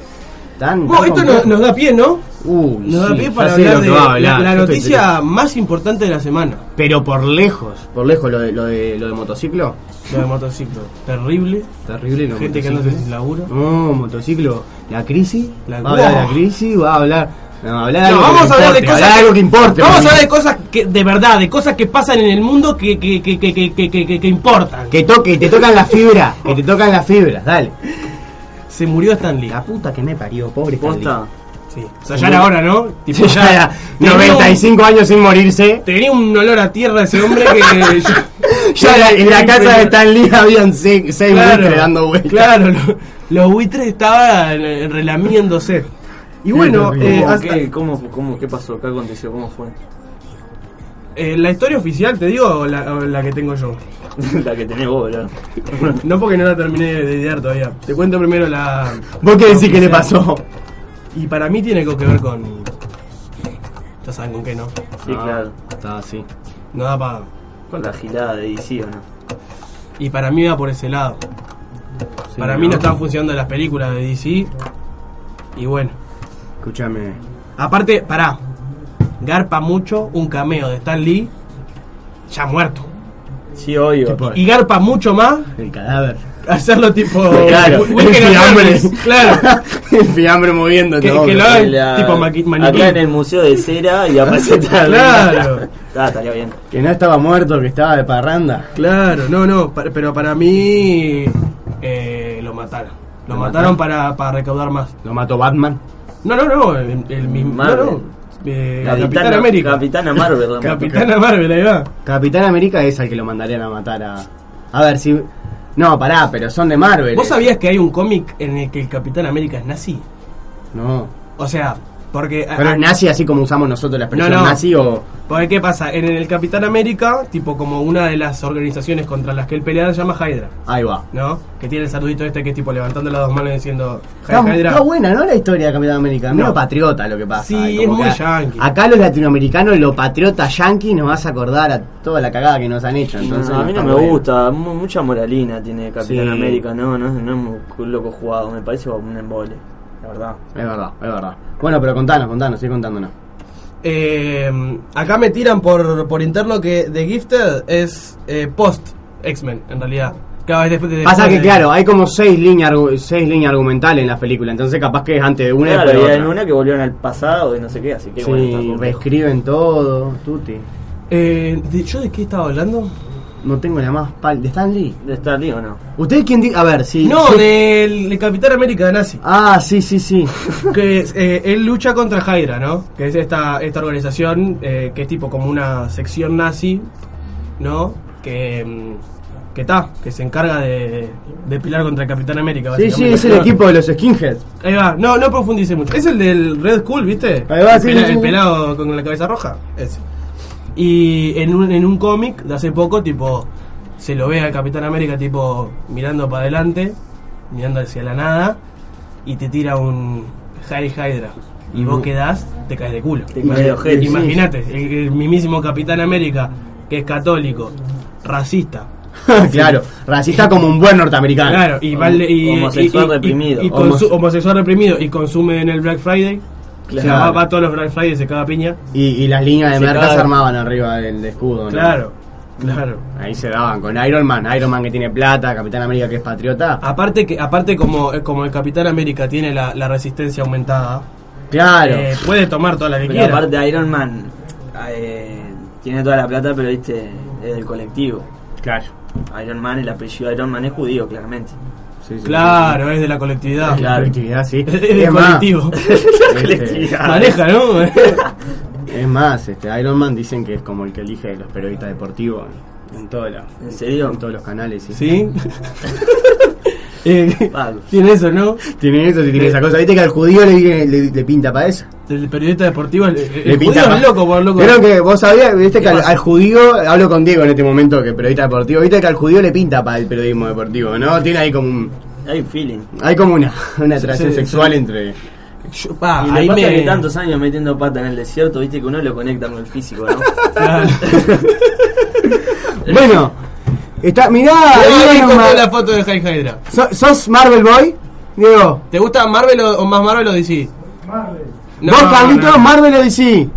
Tan, Bueno, tan Oh, esto no- complejo. nos da pie, ¿no? Uy, Nos da sí, pie ya para sé hablar lo que de va a la, la hablar. Yo estoy noticia más importante de la semana. interesado. Pero por lejos, por lejos lo de, lo de, lo de motociclo. Lo de motociclo. Terrible. Terrible lo de Gente que no motociclo. se labura. No, motociclo. La crisis. La- va a hablar de la Wow. crisis, va a hablar. No, hablar de No, algo que vamos a le hablar de importe, cosas. hablar que- de algo que Vamos importe. a porque- hablar de cosas que, de verdad, de cosas que pasan en el mundo que, que, que, que, que, que, que- que importan. Que toque, te tocan la fibra. Que te tocan las fibras, dale. Se murió Stan Lee. La puta que me parió, pobre Stanley. Posta. Sí. O sea, ya era hora, ¿no? Tipo, Sí, <laughs> ya era tenía un- 95 años sin morirse. Tenía un olor a tierra ese hombre <laughs> que. yo- Ya la- en la casa de Stan Lee <laughs> habían se- seis buitres dando vueltas. Claro, lo- los buitres estaban eh, relamiéndose. Y bueno, eh, ¿Cómo, hasta- qué, cómo, cómo- ¿Qué pasó? ¿Qué aconteció? ¿Cómo fue? eh, la historia oficial, te digo, o la, o la que tengo yo. <laughs> la que tenés vos, boludo. No porque no la terminé de idear todavía. Te cuento primero la. ¿Vos qué decís que le pasó? Y para mí tiene algo que ver con. Ya saben con qué no. Ah, Sí, claro. Estaba así. No da para. Con la gilada de DC o no. Y para mí va por ese lado. Para mí no estaban funcionando las películas de DC. Y bueno. Escúchame. Aparte, pará. Garpa mucho un cameo de Stan Lee ya muerto. Sí, obvio. Y garpa mucho más El cadáber. hacerlo tipo. <laughs> <laughs> Claro, Wi- Weekend el at fiambre. Bernie's. Claro. <laughs> El fiambre moviéndote. Que- que hombre. lo hagan La- tipo maqui- maniquí. Acá en el Museo de Cera y <laughs> aparece tal. Claro. <laughs> Ah, estaría bien. Que no estaba muerto, que estaba de parranda. Claro, no, no, pa- pero para mí eh, lo mataron. Lo, mataron, para, para recaudar más. Lo mató Batman. No, no, no, el, el mismo. No, Marvel. no. eh, Capitán América. <laughs> Capitana Marvel. la Capitana Marvel, ahí va. Capitán América es al que lo mandarían a matar a. A ver si. No, pará, pero son de Marvel. eh. ¿Vos sabías que hay un cómic en el que el Capitán América es nazi? No. O sea, porque. Pero es nazi así como usamos nosotros la expresión Ah, No, no. nazi o. Porque Pues, qué pasa, en el Capitán América, tipo como una de las organizaciones contra las que él pelea se llama Hydra, Ahí va. ¿no? Que tiene el saludito este que es tipo levantando las dos manos y diciendo Está, Hydra. está buena, ¿no? La historia de Capitán América. Medio No. patriota lo que pasa. Sí, Ay, es como muy que yankee. Acá los latinoamericanos, lo patriota yankee, nos vas a acordar a toda la cagada que nos han hecho. No, Entonces, a mí no está me bueno. gusta, mu- mucha moralina tiene Capitán Sí. América, no, no, no es un loco jugado, me parece un embole, la verdad. Es verdad, es verdad. Bueno, pero contanos, contanos, sigue contándonos. Eh, acá me tiran por, por interno que The Gifted es eh, post X-Men, en realidad. Cada vez después de- Pasa que, de- claro, hay como seis líneas, argu- seis líneas argumentales en las películas, entonces capaz que es antes de una y Claro, después había de en otra. una que volvieron al pasado y no sé qué, así que bueno, está Sí, complejo. reescriben todo, tuti. Eh, ¿de- ¿Yo de qué estaba hablando? No tengo la más pal... ¿De Stan Lee? ¿De Star Lee o no? ¿Usted quién dice? A ver, si... No, si- del, del Capitán América de Nazi. Ah, sí, sí, <laughs> sí. <laughs> que es, eh, él lucha contra Hydra, ¿no? Que es esta, esta organización eh, que es tipo como una sección nazi, ¿no? Que mm, que está, que se encarga de, de pilar contra el Capitán América. sí, sí, básicamente. es el equipo de los skinheads. Ahí va, no, no profundice mucho. Es el del Red Skull, ¿viste? Ahí va, el, sí, pela- sí, sí. el pelado con la cabeza roja. Ese. Y en un, en un cómic de hace poco, tipo, se lo ve al Capitán América, tipo, mirando para adelante, mirando hacia la nada, y te tira un Harry Hydra. Y Mm. vos quedás, te caes de culo. Te caes de ojete. Imagínate, el, el mismísimo Capitán América, que es católico, racista. <laughs> claro, racista como un buen norteamericano. Claro, y va al- y- homosexual y- y- reprimido. y- y consu- Homose- homosexual reprimido y consume en el Black Friday. O Claro. sea, va, va a todos los Black Fridays se caga piña. Y, y las líneas de Se merca cagan. se armaban arriba del escudo, ¿no? Claro, claro. Ahí se daban con Iron Man, Iron Man que tiene plata, Capitán América que es patriota. Aparte que aparte como eh, como el Capitán América tiene la, la resistencia aumentada, Claro. eh, puede tomar toda la que Pero quiera. aparte de Iron Man, eh, tiene toda la plata, pero viste, es del colectivo. claro. Iron Man, el apellido de Iron Man es judío, claramente. Sí, sí, claro, es de la colectividad. sí. Claro, <laughs> actividad, sí. Es del más, <laughs> colectivo. <laughs> <laughs> este, Maneja, <laughs> ¿no? es más, este Iron Man dicen que es como el que elige los periodistas deportivos en, en todo la- ¿En serio? en todos los canales. Sí. <laughs> sí. Eh, Vale. tiene eso, ¿no? Tiene eso, sí, tiene esa cosa. Viste que al judío le, le- le pinta para eso. El periodista deportivo el, el- el Le pinta judío es pa- loco, por loco. Vieron que vos sabías, viste que al, pasa? al judío, hablo con Diego en este momento, que es periodista deportivo, viste que al judío le pinta para el periodismo deportivo, ¿no? Tiene ahí como un, <laughs> Hay un feeling. hay como una, <laughs> una atracción sí, sexual entre... Yo- pa, Y lo ahí que pasa me- es que tantos años metiendo pata en el desierto, viste que uno lo conecta con el físico, ¿no? <laughs> <laughs> Claro. Bueno, está, mirá, Ah, Ahí Diego encontré nos ma- la foto de High Hydra. So- ¿Sos Marvel Boy? Diego. ¿Te gusta Marvel o, o más Marvel o DC? Marvel. ¿Vos, Carlitos, Marvel o DC?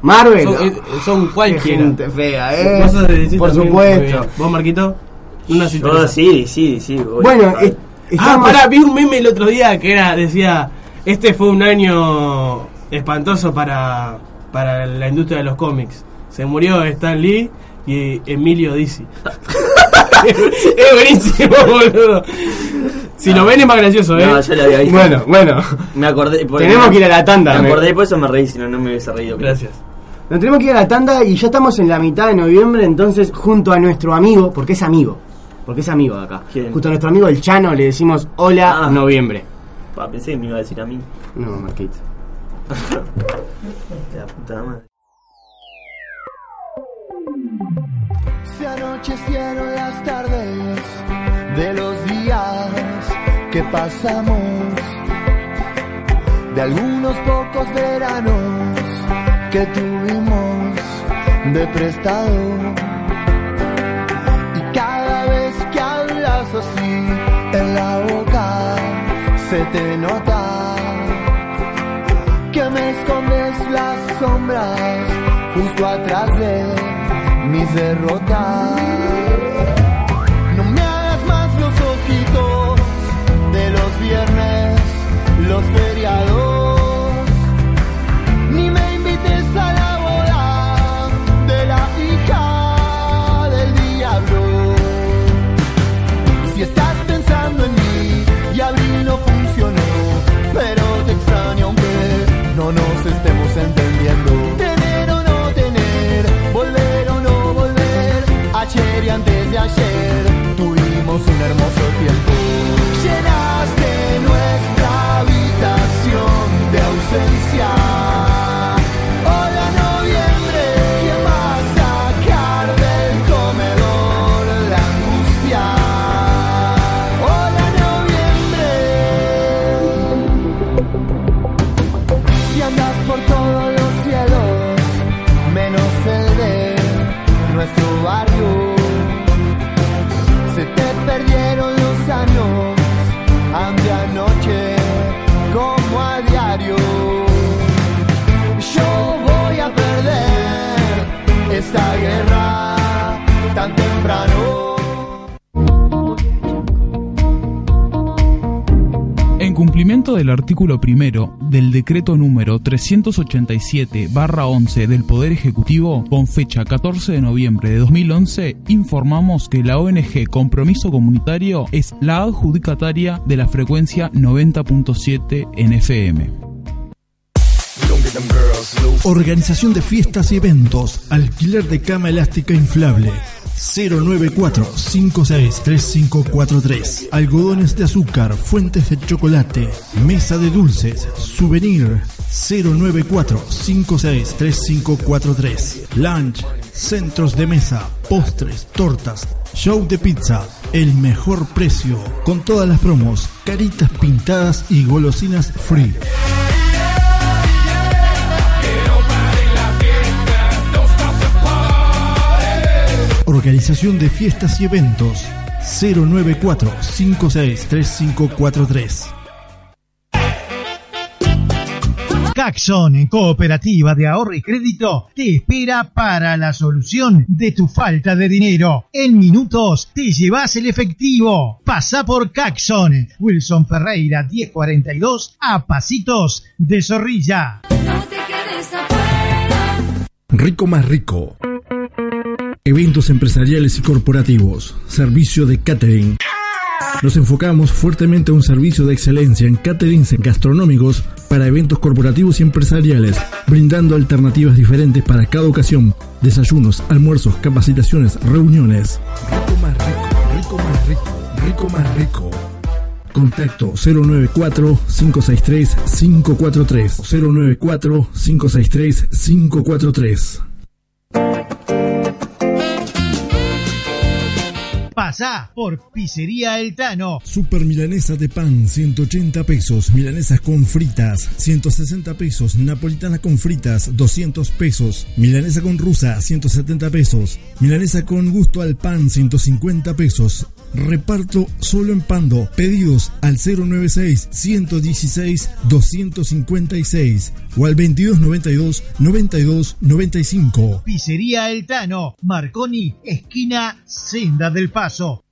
Marvel. Son, eh, son Qué cualquiera. gente fea, eh. Vos sos de DC Por también, muy supuesto. bien. ¿Vos, Marquito? No nos Yo interesa. sí, sí, sí. voy. Bueno, es- Ah, estamos- pará, vi un meme el otro día que era, decía, este fue un año espantoso para, para la industria de los cómics. Se murió Stan Lee y Emilio <laughs> Dizzy. es buenísimo, boludo. Si lo ven es más gracioso, ¿eh? No, ya la había visto. Bueno, bueno. Me acordé. por- Tenemos que ir a la tanda. Me me- acordé, por eso me reí, si no, no me hubiese reído. Gracias. Nos tenemos que ir a la tanda y ya estamos en la mitad de noviembre, entonces junto a nuestro amigo, porque es amigo, porque es amigo de acá, ¿Quién? junto a nuestro amigo el Chano le decimos hola <laughs> Ah. noviembre. Pa, pensé que me iba a decir a mí. No, Marquito. La puta madre. Se anochecieron las tardes de los días que pasamos, de algunos pocos veranos que tuvimos de prestado. Y cada vez que hablas así, la boca se te nota que me escondes las sombras justo atrás de mis derrotas. No me hagas más los ojitos de los viernes, los feriados, ni me invites a la boda de la hija del diablo. Si estás pensando en mí y abril no funcionó, pero te extraño aunque no nos estemos entendiendo. Tener o no tener, volver o no volver, ayer y antes de ayer tuvimos un hermoso tiempo. Llenaste nuestra habitación de ausencia. Hola noviembre, ¿quién va a sacar del comedor la angustia? Hola noviembre Si andas por todos los cielos Menos el de nuestro barrio Se te perdieron los años Ande anoche como a diario Yo voy a perder esta guerra tan temprano En cumplimiento del artículo primero del decreto número 387-11 del Poder Ejecutivo, con fecha 14 de noviembre de 2011, informamos que la ONG Compromiso Comunitario es la adjudicataria de la frecuencia 90.7 en FM. Organización de fiestas y eventos. Alquiler de cama elástica inflable. 094-563543. Algodones de azúcar, fuentes de chocolate, mesa de dulces, souvenir. 094-563543. Lunch, centros de mesa, postres, tortas, show de pizza. El mejor precio. Con todas las promos, caritas pintadas y golosinas free. Organización de fiestas y eventos 094 563543 Caxon en Cooperativa de Ahorro y Crédito te espera para la solución de tu falta de dinero. En minutos te llevas el efectivo. Pasa por Caxon, Wilson Ferreira 1042 a pasitos de Zorrilla. Rico más rico. Eventos empresariales y corporativos. Servicio de catering. Nos enfocamos fuertemente a un servicio de excelencia en caterings gastronómicos para eventos corporativos y empresariales, brindando alternativas diferentes para cada ocasión. Desayunos, almuerzos, capacitaciones, reuniones. Rico más rico, rico más rico, rico más rico. Contacto 094-563-543. 094-563-543. Pasa por Pizzería El Tano. Super milanesa de pan, 180 pesos. Milanesas con fritas, 160 pesos. Napolitana con fritas, 200 pesos. Milanesa con rusa, 170 pesos. Milanesa con gusto al pan, 150 pesos. Reparto solo en Pando. Pedidos al 096 116 256 o al 2292 92 95. Pizzería El Tano, Marconi, esquina Senda del Paso.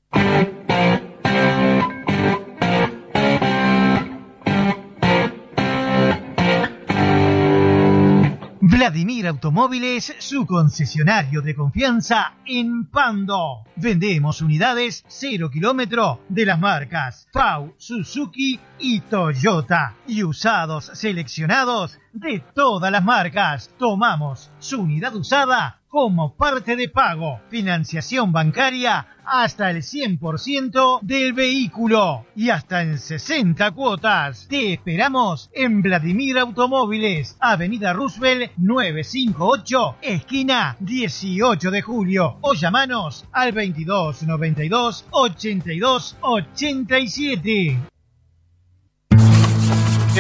Vladimir Automóviles, su concesionario de confianza en Pando. Vendemos unidades 0 kilómetro de las marcas Pau, Suzuki y Toyota. Y usados seleccionados de todas las marcas. Tomamos su unidad usada como parte de pago. Financiación bancaria hasta el 100% del vehículo y hasta en 60 cuotas. Te esperamos en Vladimir Automóviles, Avenida Roosevelt 958, esquina 18 de julio o llamanos al 22 92 82 87.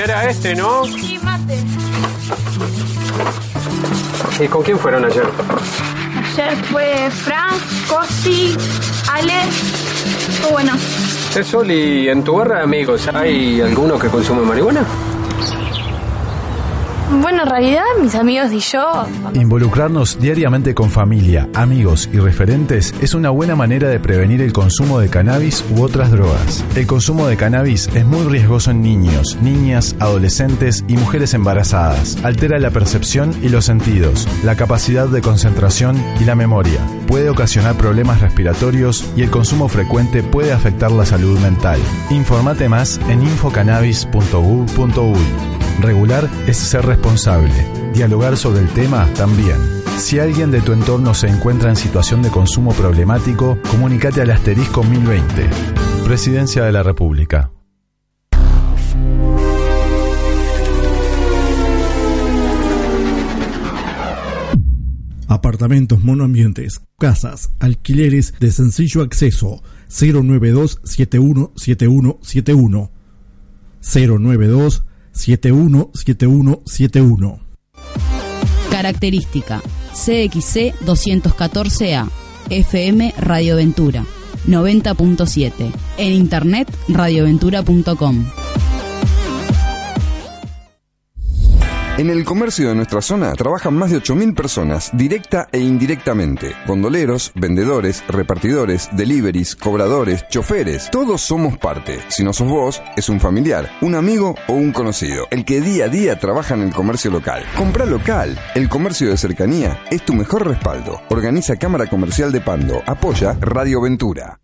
Era este, ¿no? Sí, mate. ¿Y con quién fueron ayer? Ayer fue Frank, Cosi, Ale. o bueno, Che, Soli, en tu barra de amigos, ¿hay alguno que consume marihuana? Bueno, en realidad, mis amigos y yo Involucrarnos diariamente con familia, amigos y referentes es una buena manera de prevenir el consumo de cannabis u otras drogas. El consumo de cannabis es muy riesgoso en niños, niñas, adolescentes y mujeres embarazadas. Altera la percepción y los sentidos, la capacidad de concentración y la memoria. Puede ocasionar problemas respiratorios y el consumo frecuente puede afectar la salud mental. Informate más en infocannabis.gov.uy. Regular es ser responsable. Dialogar sobre el tema también. Si alguien de tu entorno se encuentra en situación de consumo problemático, comunícate al asterisco 1020. Presidencia de la República. Apartamentos monoambientes, casas, alquileres de sencillo acceso. 092 717171 092 717171. Característica CXC 214A FM Radio Ventura 90.7 En internet radioventura.com En el comercio de nuestra zona trabajan más de 8.000 personas, directa e indirectamente. Gondoleros, vendedores, repartidores, deliveries, cobradores, choferes. Todos somos parte. Si no sos vos, es un familiar, un amigo o un conocido. El que día a día trabaja en el comercio local. Compra local. El comercio de cercanía es tu mejor respaldo. Organiza Cámara Comercial de Pando. Apoya Radio Ventura.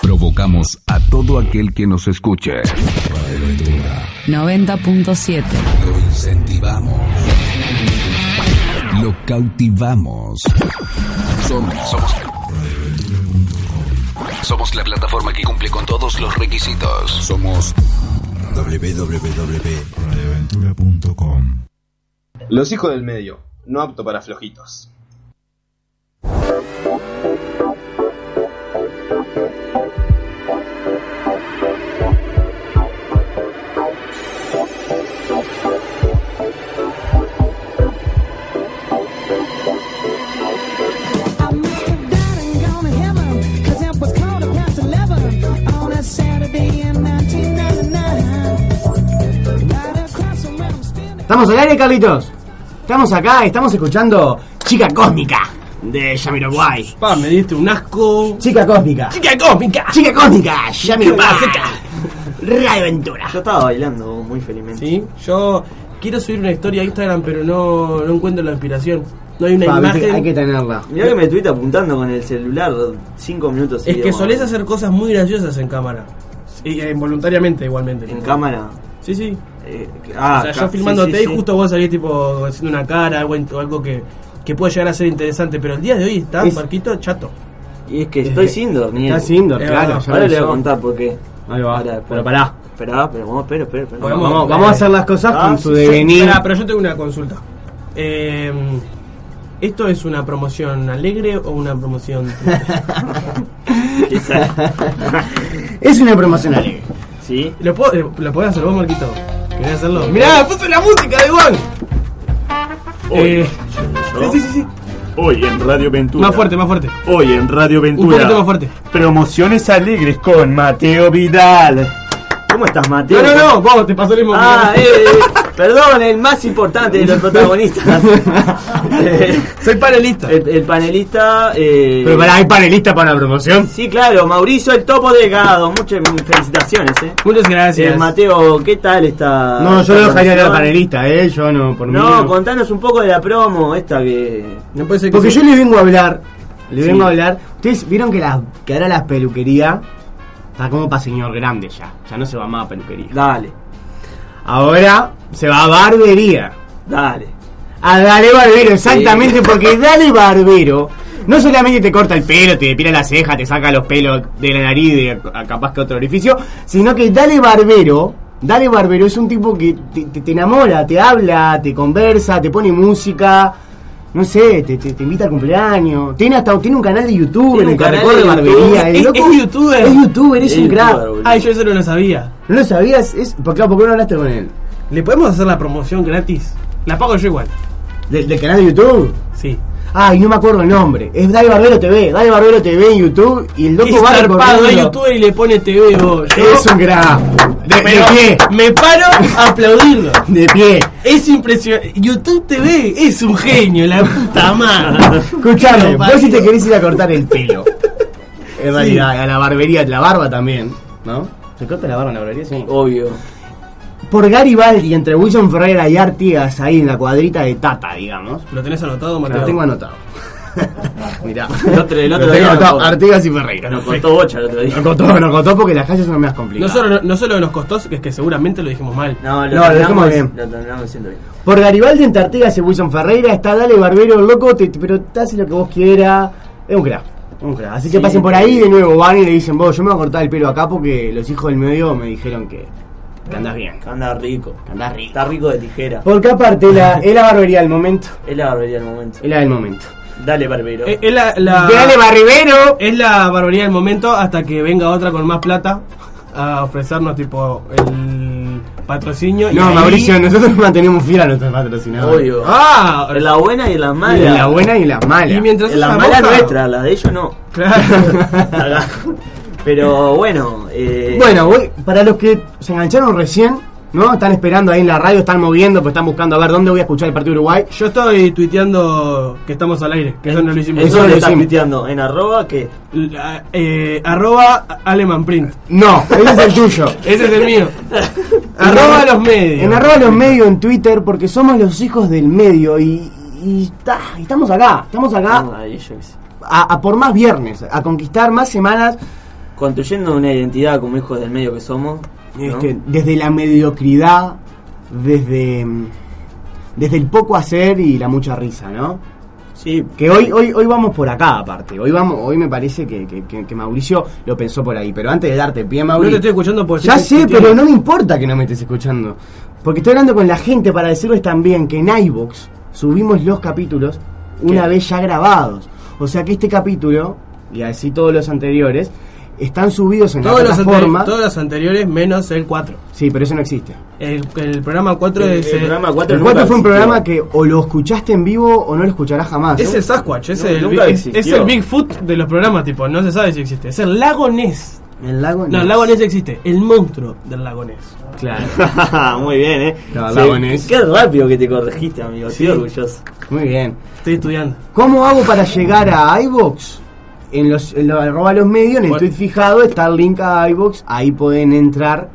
Provocamos a todo aquel que nos escuche. 90.7 Lo incentivamos. Lo cautivamos. Somos. Somos. Somos la plataforma que cumple con todos los requisitos. Somos www.reventura.com Los hijos del medio, no apto para flojitos. I must have died and gone to heaven, 'cause it was cold at past 11 on a Saturday in 1999. Right across from where I'm standing. Estamos al aire, Carlitos. Estamos acá, estamos escuchando Chica Cósmica de Yamiroguay. Pa, me diste un asco. Chica Cósmica. Chica Cósmica. Chica Cósmica, Yamiroguay. Radio Ventura. Yo estaba bailando muy felizmente. Sí, yo quiero subir una historia a Instagram, pero no, no encuentro la inspiración. No hay una Pa, viste, imagen. hay que tenerla. Mirá que me estuviste apuntando con el celular 5 minutos Es que seguidos. solés hacer cosas muy graciosas en cámara. Y eh, involuntariamente igualmente. ¿En cámara? Sí, sí. ah, o sea, ca- yo filmándote sí, sí, y sí. justo vos salís tipo haciendo una cara algo, o algo que, que puede llegar a ser interesante, pero el día de hoy está Es- Marquito chato. Y es que <laughs> estoy sin dormir. Estás indoor, claro, ya Ahora lo le voy hizo. a contar por qué. Ahí va. pero pará. Esperá, pero vamos, espera, espera. espera. Vamos, vamos, vamos a hacer las cosas Ah, con su sí, sí. devenir. Pará, pero yo tengo una consulta. Eh, ¿Esto es una promoción alegre o una promoción triste? es una promoción alegre. ¿Sí? ¿Lo, puedo, eh, ¿Lo podés hacer vos, Marquito? ¿Querés hacerlo? Mirá, ¡Mirá! puse la música de Juan. Eh, sí, sí, sí, sí. Hoy en Radio Ventura. Más fuerte, más fuerte. Hoy en Radio Ventura. Un poquito más fuerte. Promociones alegres con Mateo Vidal. ¿Cómo estás, Mateo? No, no, no, vos te pasó el mismo. Ah, eh, <laughs> eh, perdón, el más importante de los protagonistas. Soy panelista. El, el panelista. eh, Pero pará, ¿hay panelista para la promoción? Sí, claro, Mauricio el Topo Delgado. Muchas felicitaciones, eh. Muchas gracias. Mateo, ¿qué tal esta.? No, yo esta lo dejaría de promoción? la panelista, eh. Yo no, por mí. No, contanos un poco de la promo, esta que. No puede ser Porque yo le vengo a hablar, le Sí. vengo a hablar. Ustedes vieron que, la, que ahora la peluquería está como para señor grande ya. Ya no se va más a peluquería. Dale. Ahora se va a barbería. Dale. A Dale Barbero, exactamente, <laughs> porque Dale Barbero no solamente te corta el pelo, te depila la ceja, te saca los pelos de la nariz, de a- capaz que otro orificio, sino que Dale Barbero, Dale Barbero es un tipo que te, te- te enamora, te habla, te conversa, te pone música, no sé, te, te- te invita a cumpleaños, tiene hasta tiene un canal de YouTube en Tiene el un que canal recorre de barbería, YouTube. <laughs> el Es- loco es youtuber. es youtuber, es Es un crack. youtuber, boludo. Ay, yo eso no lo sabía. ¿No lo sabías? Es, ¿por, qué, por qué no hablaste con él? ¿Le podemos hacer la promoción gratis? La pago yo igual. ¿Del, del canal de YouTube? Sí. Ay, no me acuerdo el nombre. Es Dale Barbero TV. Dale Barbero TV en YouTube. Y el Y loco va zarpado recorriendo. a youtuber y le pone TV vos. Es un gran. De, de Pero pie. Me paro a aplaudirlo. De pie. Es impresionante. YouTube TV es un genio, la puta madre. Escuchame, vos si te querés ir a cortar el <laughs> pelo. En Sí. realidad, a la barbería, la barba también, ¿no? ¿Se corta la barba en la barbería? Sí. Obvio. Por Garibaldi, entre Wilson Ferreira y Artigas, ahí en la cuadrita de Tata, digamos. ¿Lo tenés anotado, Mateo? Lo tengo anotado. Mirá. El otro- el otro Lo día tengo anotado, nos- Artigas y Ferreira. Nos contó bocha el otro día. Nos contó, nos contó porque las calles son más No complicadas. solo, no, solo nos costó, es que seguramente lo dijimos mal. No, lo No, lo terminamos- dijimos bien. Lo terminamos diciendo bien. Por Garibaldi, entre Artigas y Wilson Ferreira, está Dale Barbero, loco, te, pero te hace lo que vos quieras. Es un crack. un crack. Así que Sí. pasen por ahí de nuevo, van y le dicen, vos, yo me voy a cortar el pelo acá porque los hijos del medio me dijeron que, que andás bien. Que Anda rico. Anda rico. Está rico de tijera. Porque aparte, <laughs> la, es la barbería del momento. Es la barbería del momento. Es la del momento. Dale, barbero. Eh, Es, es la, la- Dale, Barribero. Es la barbería del momento hasta que venga otra con más plata a ofrecernos tipo el patrocinio. y No, ahí- Mauricio, nosotros <laughs> mantenemos fiel a nuestros patrocinadores. Obvio. Ah, en la buena y en la mala. Y en la buena y en la mala. Y mientras En la la mala mala nuestra, nuestra, la de ellos no. <laughs> Claro. Pero bueno, eh, Bueno, voy- para los que se engancharon recién, ¿no? Están esperando ahí en la radio, están moviendo, pues están buscando a ver dónde voy a escuchar el partido de Uruguay. Yo estoy tuiteando que estamos al aire, que eso no lo hicimos. Eso no lo hicimos. tuiteando en arroba que La- eh, arroba Aleman Print. No, ese es el tuyo. <laughs> Ese es el mío. arroba los medios. En arroba los medios en Twitter, porque somos los hijos del medio y, y ta- y estamos acá, estamos acá Ah, ellos. a, a por más viernes, a conquistar más semanas construyendo una identidad como hijos del medio que somos. ¿no? este, desde la mediocridad, desde, mm, desde el poco hacer y la mucha risa, ¿no? Sí. Que hoy, hoy, hoy vamos por acá, aparte. Hoy vamos, hoy me parece que, que- que- que Mauricio lo pensó por ahí. Pero antes de darte pie, No te Mauricio. estoy escuchando por ya sé, pero no me importa que no me estés escuchando. Porque estoy hablando con la gente para decirles también que en iVox subimos los capítulos una vez ya grabados. O sea que este capítulo, y así todos los anteriores, están subidos en Todos la los, plataforma. anteri- todos los anteriores menos el 4. Sí, pero eso no existe. El, Eh, el programa 4 El- es. el programa 4 El nunca cuatro fue un existió. programa que o lo escuchaste en vivo o no lo escucharás jamás. Es el Sasquatch, es, No, el, nunca es, existió. es el Bigfoot de los programas, tipo, no se sabe si existe. Es el Lago Ness. El lago No, el Lago Ness existe, el monstruo del Lago Ness. Claro. <laughs> Muy bien, eh. No, Sí. la buena es. Qué rápido que te corregiste, amigo. Estoy Sí. orgulloso. Muy bien. Estoy estudiando. ¿Cómo hago para llegar a iBox? En los, en los arroba los medios, en el Bueno. tweet fijado está el link a iBox. Ahí pueden entrar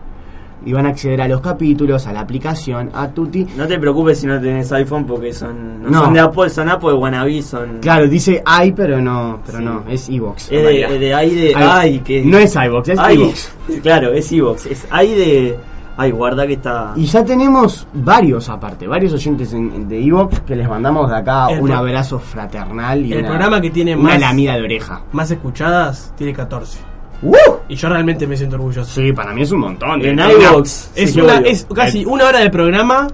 y van a acceder a los capítulos, a la aplicación, a Tutti. No te preocupes si no tenés iPhone porque son no, No. son de Apple, son Apple, wannabe, son Claro, dice i, pero no, pero no, es iBox. es de, de ahí de ay que No es iBox, es Ay, iBox. Claro, es iBox, es ahí de ay, guarda que está Y ya tenemos varios aparte, varios oyentes en- de iBox que les mandamos de acá El un pro- abrazo fraternal y el una- programa que tiene una más- lamida de oreja. <laughs> Más escuchadas tiene 14. ¡Uh! Y yo realmente me siento orgulloso. Sí, para mí es un montón. En Entonces, iVox, Es, sí, una- obvio. es casi una hora de programa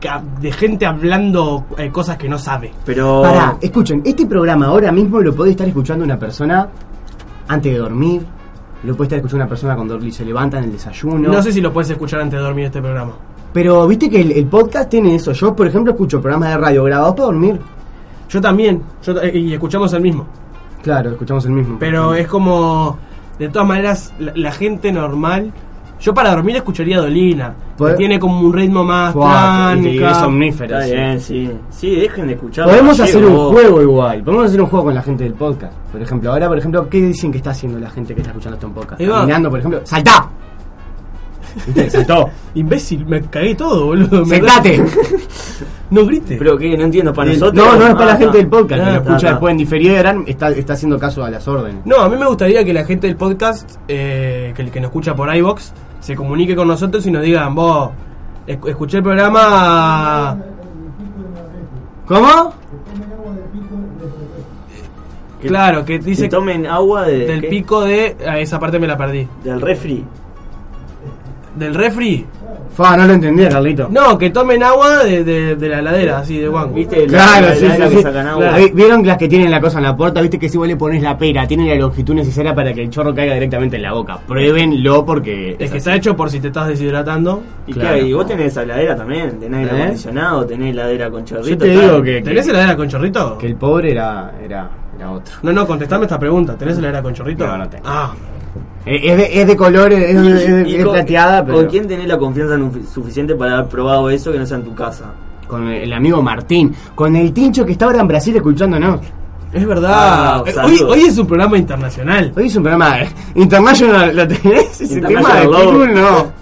ca- de gente hablando eh, cosas que no sabe. Pero Pará, escuchen, este programa ahora mismo lo puede estar escuchando una persona antes de dormir, lo puede estar escuchando una persona cuando se levanta en el desayuno. No, sé si lo puedes escuchar antes de dormir este programa. Pero viste que el, el podcast tiene eso. Yo, por ejemplo, escucho programas de radio grabados para dormir. Yo también, yo, ta- y escuchamos el mismo. Claro, escuchamos el mismo. Pero es como, de todas maneras, la, la gente normal. Yo para dormir escucharía Dolina, que Pues- tiene como un ritmo más Fuá, y- y tranca. es somnífera, está sí. bien, sí. Sí, dejen de escuchar. Podemos hacer un Gallego. juego igual. Podemos hacer un juego con la gente del podcast. Por ejemplo, ahora, por ejemplo, ¿qué dicen que está haciendo la gente que está escuchando este podcast? Ahí va. Caminando, por ejemplo. ¡Saltá! ¿Viste? <laughs> Saltó. Imbécil, me cagué todo, boludo. Me- <laughs> ¡Sentate! No grites. <laughs> Pero que no entiendo para El- nosotros. No, no es para la Ah, gente está. del podcast, que lo Ah, está, escucha está. después en diferido, Eran está, está haciendo caso a las órdenes. No, a mí me gustaría que la gente del podcast, eh, que el que nos escucha por iBox, se comunique con nosotros y nos digan, vos, esc- escuché el programa. <laughs> ¿Cómo? Claro, que Dice dice tomen agua de- del ah, ¿qué? pico de. A esa parte me la perdí. del refri. Del refri. Fa, no lo entendía, Carlito. No, que tomen agua de, de, de la heladera, así de guango. ¿Viste? Claro, sí, sí, sí. Claro. Vi- ¿Vieron las que tienen la cosa en la puerta? ¿Viste que si vos le pones la pera, tienen la longitud necesaria para que el chorro caiga directamente en la boca? Pruébenlo porque... Es que está hecho por si te estás deshidratando. ¿Y qué hay? Vos tenés heladera también, tenés aire ¿Eh? acondicionado, tenés heladera con chorrito. Yo te digo tal. que- ¿Tenés heladera con chorrito? Que el pobre era, era, era otro. No, no, contestame esta pregunta. ¿Tenés heladera con chorrito? No, no tengo. Ah. Eh, Es de, es de colores, es, Y- de- es de- y es con- plateada, pero... ¿Con quién tenés la confianza nu- suficiente para haber probado eso que no sea en tu casa? Con el, el amigo Martín, con el tincho que está ahora en Brasil escuchándonos. Es verdad. Eh, hoy, hoy es un programa internacional. Hoy es un programa eh, international. ¿Lo <laughs> tenés? Ese tema de International Love. Pitbull, no.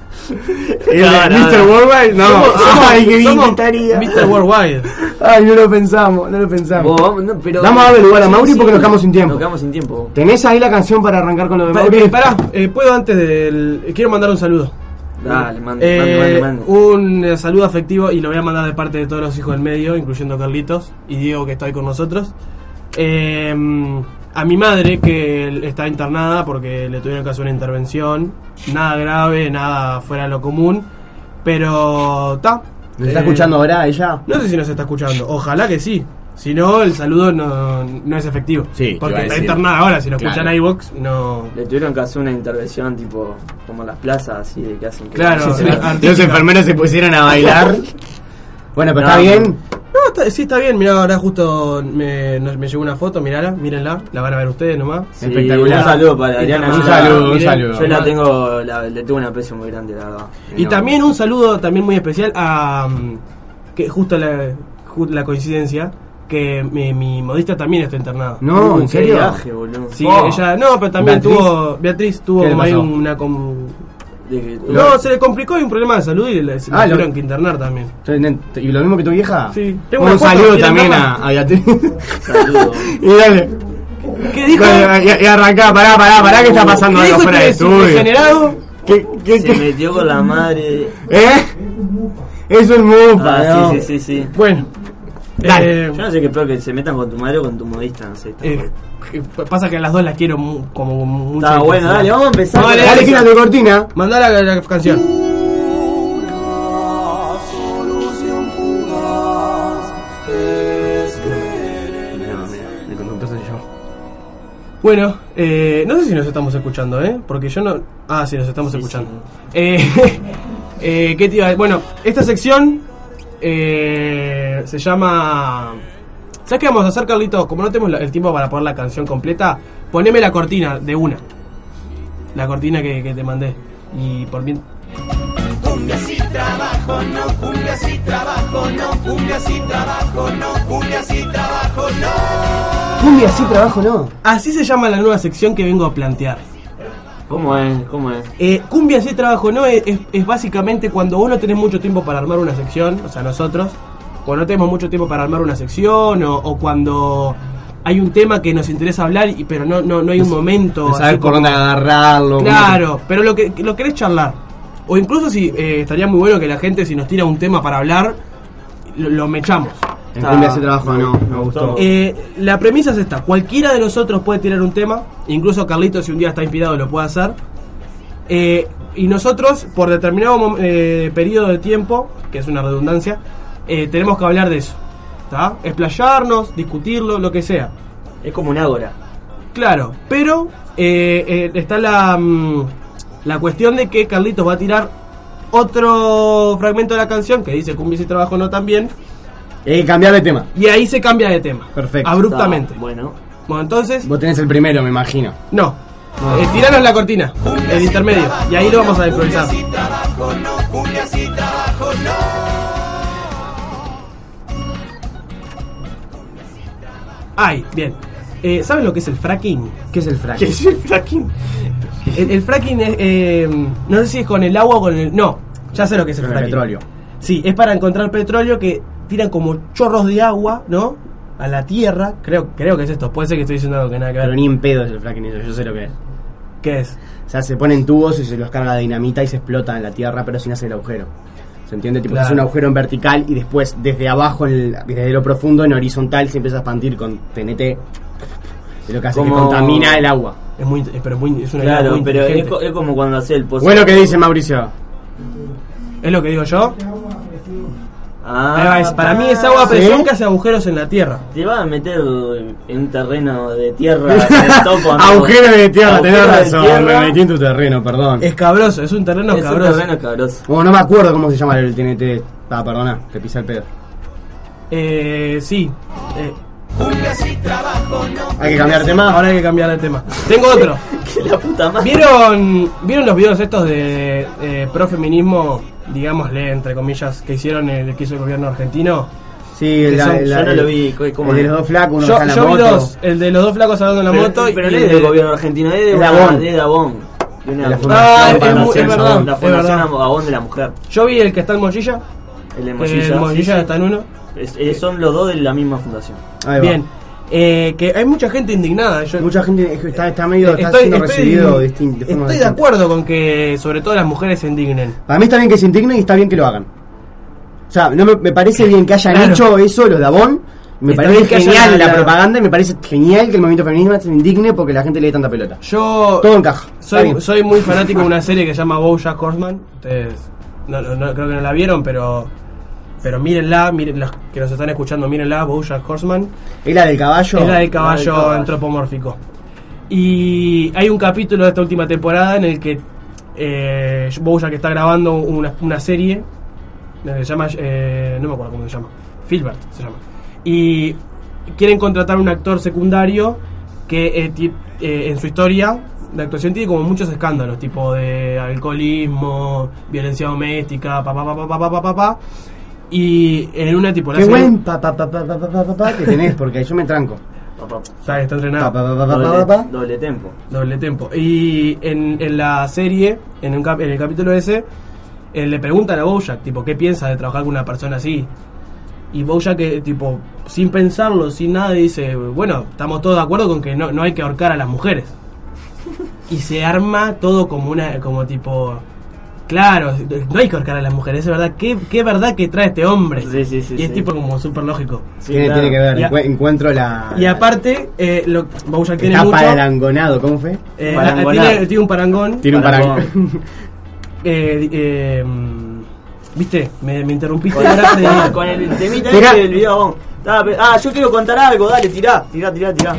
El No, no, Mr. no. Eh, Worldwide, no. Somos- somos- Ay, qué bien somos que estaría. Mr. Worldwide. Ay, no lo pensamos, no lo pensamos. Vos, vamos, no, pero- Vamos a ver lugar a Sí, Mauri sí, porque nos quedamos sin tiempo. Nos quedamos sin tiempo. ¿Tenés ahí la canción para arrancar con lo de Pa- Mauri? eh, pará, eh, puedo antes del. eh, Quiero mandar un saludo. Dale, mande, Eh, mande, mande, Un eh, saludo afectivo y lo voy a mandar de parte de todos los hijos del medio, incluyendo a Carlitos y Diego que está ahí con nosotros. Eh, a mi madre que está internada porque le tuvieron que hacer una intervención. Nada grave, nada fuera de lo común. Pero está. ¿Nos está escuchando ahora ella? No sé si nos está escuchando. Ojalá que sí. Si no, el saludo no, no es efectivo. Sí, porque está internada ahora. Si nos escuchan ahí iVox, no. Le tuvieron que hacer una intervención tipo como en las plazas, así de que hacen. que- Claro, Sí, Los enfermeros se pusieron a <laughs> bailar. Bueno, pero No, está bien. No, está- sí está bien, mirá, ahora justo me, nos- me llegó una foto, mirala, mírenla, la van a ver ustedes nomás. Sí, Un saludo para Adriana. Un yo la- saludo, un miren, saludo. Yo la tengo, la- le tengo un aprecio muy grande, la verdad. Y también un saludo también muy especial a mm, que justo la, ju- la coincidencia que mi, mi modista también está internada. No, Uh, ¿en qué serio? viaje, boludo. Sí, Oh. ella, no, pero también ¿Beatriz? tuvo Beatriz tuvo ¿Qué le como ahí pasó? una com- Lo- No, se le complicó y un problema de salud y le se la Ah, lo- tuvieron que internar también. ¿Y lo mismo que tu vieja? Sí. Tengo Un una foto, saludo ¿quieren también verla? a, a Beatriz. <laughs> y dale. ¿Qué dijo? Uh, y, y arrancá, pará, pará, pará, ¿qué está pasando ¿Qué algo dijo fuera de este estudio? degenerado? ¿Qué, qué, Se qué? metió con la madre. ¿Eh? Es un mufa, Ah, ¿no? eh, sí, sí, sí, sí. Bueno. yo Dale. no sé qué peor que se metan con tu madre o con tu modista, no sé. está Eh, bueno. que pasa que a las dos las quiero mu- como mucho. Está bueno, dale, vamos a empezar. Dale, Dale, dale, tira tu cortina. Mandá la, la canción. Bueno, eh, no sé si nos estamos escuchando, ¿eh? Porque yo no... Ah, sí, nos estamos escuchando. Eh, <laughs> eh, ¿Qué te iba a decir? Bueno, esta sección eh, se llama... ¿Sabes qué vamos a hacer, Carlitos? Como no tenemos la- el tiempo para poner la canción completa, poneme la cortina de una. La cortina que, que te mandé. Y por bien... Cumbias y trabajo, no, cumbias y trabajo, no, cumbias y trabajo, no, cumbias y trabajo, no. Cumbia, sí, trabajo, no. Así se llama la nueva sección que vengo a plantear. ¿Cómo es? ¿Cómo es? Eh, cumbia sí trabajo no es, es- es básicamente cuando vos no tenés mucho tiempo para armar una sección, o sea, nosotros, cuando no tenemos mucho tiempo para armar una sección o, o cuando hay un tema que nos interesa hablar y pero no no, no hay un momento No así sabes por como- dónde agarrarlo. cómo- Claro, pero lo que lo querés charlar. O incluso si eh, estaría muy bueno que la gente si nos tira un tema para hablar lo, lo mechamos. En Ah. cumbia sí, trabajo, no. Me gustó. Eh, la premisa es esta: cualquiera de nosotros puede tirar un tema, incluso Carlito, si un día está inspirado, lo puede hacer. Eh, y nosotros, por determinado mom- eh, periodo de tiempo, que es una redundancia, eh, tenemos que hablar de eso. ¿Está? Explayarnos, discutirlo, lo que sea. Es como un ágora. Claro, pero eh, eh, está la, mm, la cuestión de que Carlitos va a tirar otro fragmento de la canción que dice Cumbia y trabajo no también. Eh, cambiar de tema. Y ahí se cambia de tema. Perfecto. Abruptamente. bueno. Bueno, entonces. Vos tenés el primero, me imagino. Ah. No. Eh, tiranos la cortina, el intermedio, y ahí lo vamos a improvisar. Cumbias y trabajo, no. Ay, bien. Eh, ¿Saben lo que es el fracking? ¿Qué es el fracking? ¿Qué es el fracking? El, el fracking es. eh, no sé si es con el agua o con el. No, ya sé lo que es el Con el fracking. petróleo. Sí, es para encontrar petróleo que tiran como chorros de agua, ¿no? A la tierra. Creo, creo que es esto. Puede ser que estoy diciendo algo que nada que ver. Pero ni en pedo es el fracking eso, yo sé lo que es. ¿Qué es? O sea, se ponen tubos y se los carga la dinamita y se explota en la tierra, pero sin hacer el agujero. ¿Se entiende? Tipo, Claro. hace un agujero en vertical y después desde abajo, en el- desde lo profundo, en horizontal, se empieza a expandir con TNT. Es lo que hace que Como- contamina el agua. Es muy, es- pero muy, es una idea Claro, muy pero es, inteligente. pues <laughs> co- es como cuando hace el pozo. Bueno, que dice Mauricio. Es lo que digo yo. Ah, Ahí va, es- para mí es agua a ¿sí? presión que hace agujeros en la tierra. Te vas a meter en un terreno <laughs> de tierra. de topo, amigo. Agujero de tierra, tenés Agujero de razón. tierra. Me metí en tu terreno, perdón. Es cabroso, es un terreno Es un cabroso. terreno cabroso. Oh, no me acuerdo cómo se llama el TNT. Ah, perdona, te pisé el pedo. Eh, sí. Eh, Hay que cambiar de tema. Ahora hay que cambiar de tema. Tengo <laughs> otro. ¿Vieron, ¿Vieron los videos estos de eh, profeminismo, digámosle, entre comillas, que hicieron el que hizo el gobierno argentino? Sí, Que la- son- la- Yo no lo vi, ¿cómo el de es? los dos flacos, uno que yo, está en la yo vi moto. dos, el de los dos flacos hablando en la Pero- moto. pero y no el es del de- gobierno argentino, es de, Es una- Gabón. de Gabón. De una- La fundación Ah, es- es para muy- hacer es Gabón. verdad, La Es fundación verdad. Gabón de la mujer. Yo vi el que está en Mollilla. El de El Mollilla. sí, Mollilla sí. está en uno. Es- eh, son los dos de la misma fundación. Bien. Eh, que hay mucha gente indignada. Yo, Eh, Mucha gente es que está, está medio está siendo recibido distin- de forma estoy de distinta. acuerdo con que sobre todo las mujeres se indignen. Para mí está bien que se indignen y está bien que lo hagan. O sea, no me, me parece bien que hayan Claro. hecho eso los de Avon. Me Está parece bien que hayan genial la hablado. propaganda y me parece genial que el movimiento feminista se indigne porque la gente le dé tanta pelota. Yo Todo encaja. está Soy, bien. soy muy fanático de una serie que se llama Bojack Horseman. Ustedes no, no- no- creo que no la vieron, pero pero mírenla, miren los que nos están escuchando, mírenla, Bojack Horseman. ¿Es la del caballo? Es la del caballo, La del caballo. antropomórfico. Y hay un capítulo de esta última temporada en el que eh, Bojack está grabando una, una serie eh, se llama eh, no me acuerdo cómo se llama, Filbert se llama. Y quieren contratar un actor secundario que eh, ti- eh, en su historia de actuación tiene como muchos escándalos, tipo de alcoholismo, violencia doméstica, pa pa pa pa pa pa pa pa, pa. Y en una tipo la Qué serie- buen pa pa pa pa pa pa pa pa, pa <laughs> que tenés porque yo me tranco. Está, está entrenado. Pa, pa, pa, pa, pa, pa, pa. Doble tempo. Doble tempo. Y en, en la serie, en, un cap- en el capítulo ese, eh, le preguntan a Bojack, tipo, ¿qué piensa de trabajar con una persona así? Y Bojack, eh, tipo, sin pensarlo, sin nada, dice, bueno, estamos todos de acuerdo con que no, no hay que ahorcar a las mujeres. Y se arma todo como una, como tipo... Claro, no hay que ahorcar a las mujeres, es verdad. ¿Qué, qué verdad que trae este hombre? y es sí. tipo como súper lógico. <laughs> tiene, tiene que ver, Y a- encue- encuentro la... y aparte, eh, lo, Bojack tiene está mucho... parangonado, ¿cómo fue? Eh, la- tiene, tiene un parangón. Tiene un parangón. <laughs> Eh, di- eh, mm, Viste, me, me interrumpiste. Con, ahora te- <laughs> con el temita Mirá. ese del video Gabón. Ah, pero- ah, yo quiero contar algo, dale, tirá, tirá, tirá, tirá.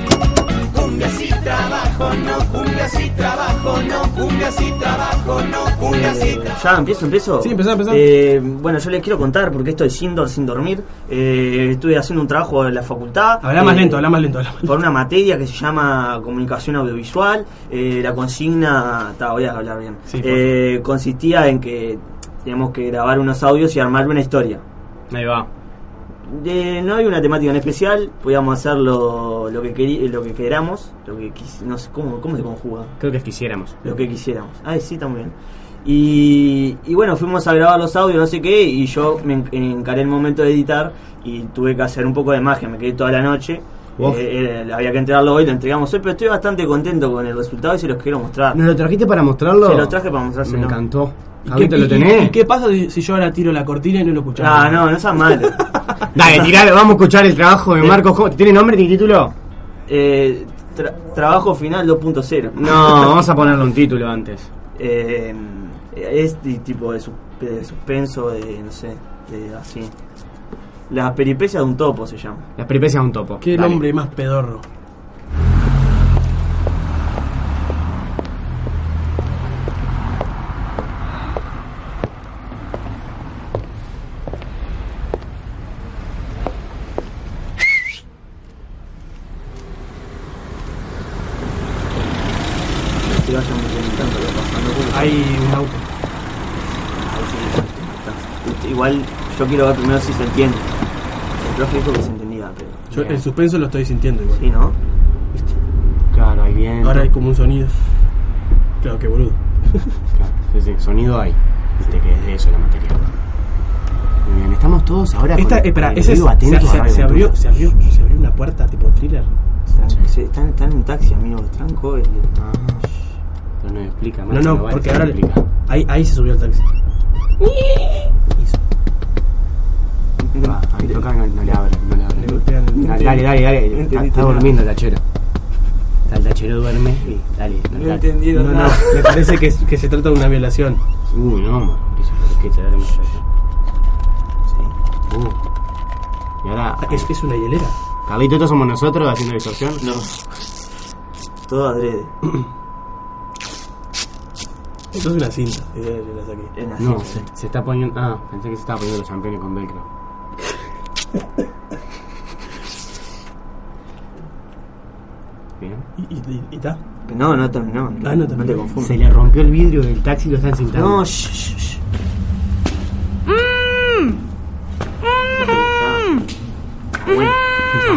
Cumbias y trabajo, no cumbias y trabajo, no cumbias y trabajo, no cumbias y Eh, ¿Ya empiezo, empiezo? Sí, empezá, empezá. Eh, bueno, yo les quiero contar, porque estoy sin, dor- sin dormir, Eh, estuve haciendo un trabajo en la facultad. Habla más Eh, lento, habla más lento. habla más- por una materia que se llama comunicación audiovisual. Eh, la consigna, ta, voy a hablar bien, Eh, consistía en que teníamos que grabar unos audios y armar una historia. Ahí va. De- no hay una temática en especial, podíamos hacer lo, lo que, queri- lo que queramos, lo que quis- no sé cómo, cómo se conjuga. Creo que quisiéramos. Lo que quisiéramos. Ah, sí, también. Y, y bueno, fuimos a grabar los audios, no sé qué, y yo me en- encaré el momento de editar y tuve que hacer un poco de magia, me quedé toda la noche. Uf. Eh, eh, había que entregarlo hoy, lo entregamos hoy, pero estoy bastante contento con el resultado y se los quiero mostrar. ¿Nos lo trajiste para mostrarlo? Se los traje para mostrárselo. Me encantó. ¿Y Ahorita qué- lo y- tenés. ¿Y qué pasa si si yo ahora tiro la cortina y no lo escuchamos? Ah, no, no <laughs> seas malo. Dale, tiralo, vamos a escuchar el trabajo de Marcos Jo- ¿Tiene nombre, tiene título? Eh, tra- trabajo final 2.0. No, vamos a ponerle un título antes. Eh, es de tipo de, sus- de suspenso, de no sé, de así. Las peripecias de un topo se llama. Las peripecias de un topo. Qué Dale. nombre más pedorro. Que vayan implementando, lo pasando por- Hay un auto. Igual yo quiero ver primero si se entiende. El profe dijo que se entendía, pero. Yo el suspenso lo estoy sintiendo igual. Sí, ¿no? Claro, ahí bien. Ahora hay como un sonido. Claro, qué boludo. sonido hay. Viste que es de eso la materia. Muy bien, estamos todos ahora. Esta, con- espera, eh, ese es, digo, se, atentos a se- Radio se Cultura. abrió, se, abrió, se abrió una puerta tipo thriller. Están, se- están- están en un taxi, amigo. Están jóvenes. No nos explica No, no, vale, porque no ahora le- explica. ahí, ahí se subió el taxi. Va, ahí toca, Ah, no, no le abre, no le abre. Le golpean el- Este, Dale, dale, dale. dale. No Está, entendí está nada. durmiendo el tachero. Está el tachero duerme y dale. dale. No, no, me parece que, que se trata de una violación. Uy, no, amor, que se- que se abre más allá. Uh. Y ahora. Ah, ¿Es, una hielera? Carlito, ¿estos somos nosotros haciendo distorsión? No. Todo adrede. Esto es una cinta. eh, la saqué. No, se, se está poniendo. Ah, pensé que se estaba poniendo los champiñones con velcro. Bien. ¿Y, y, y está? No, no, te- no, no, no te confundas. Se le rompió el vidrio del taxi y lo están cintando. No, Ah. Buena.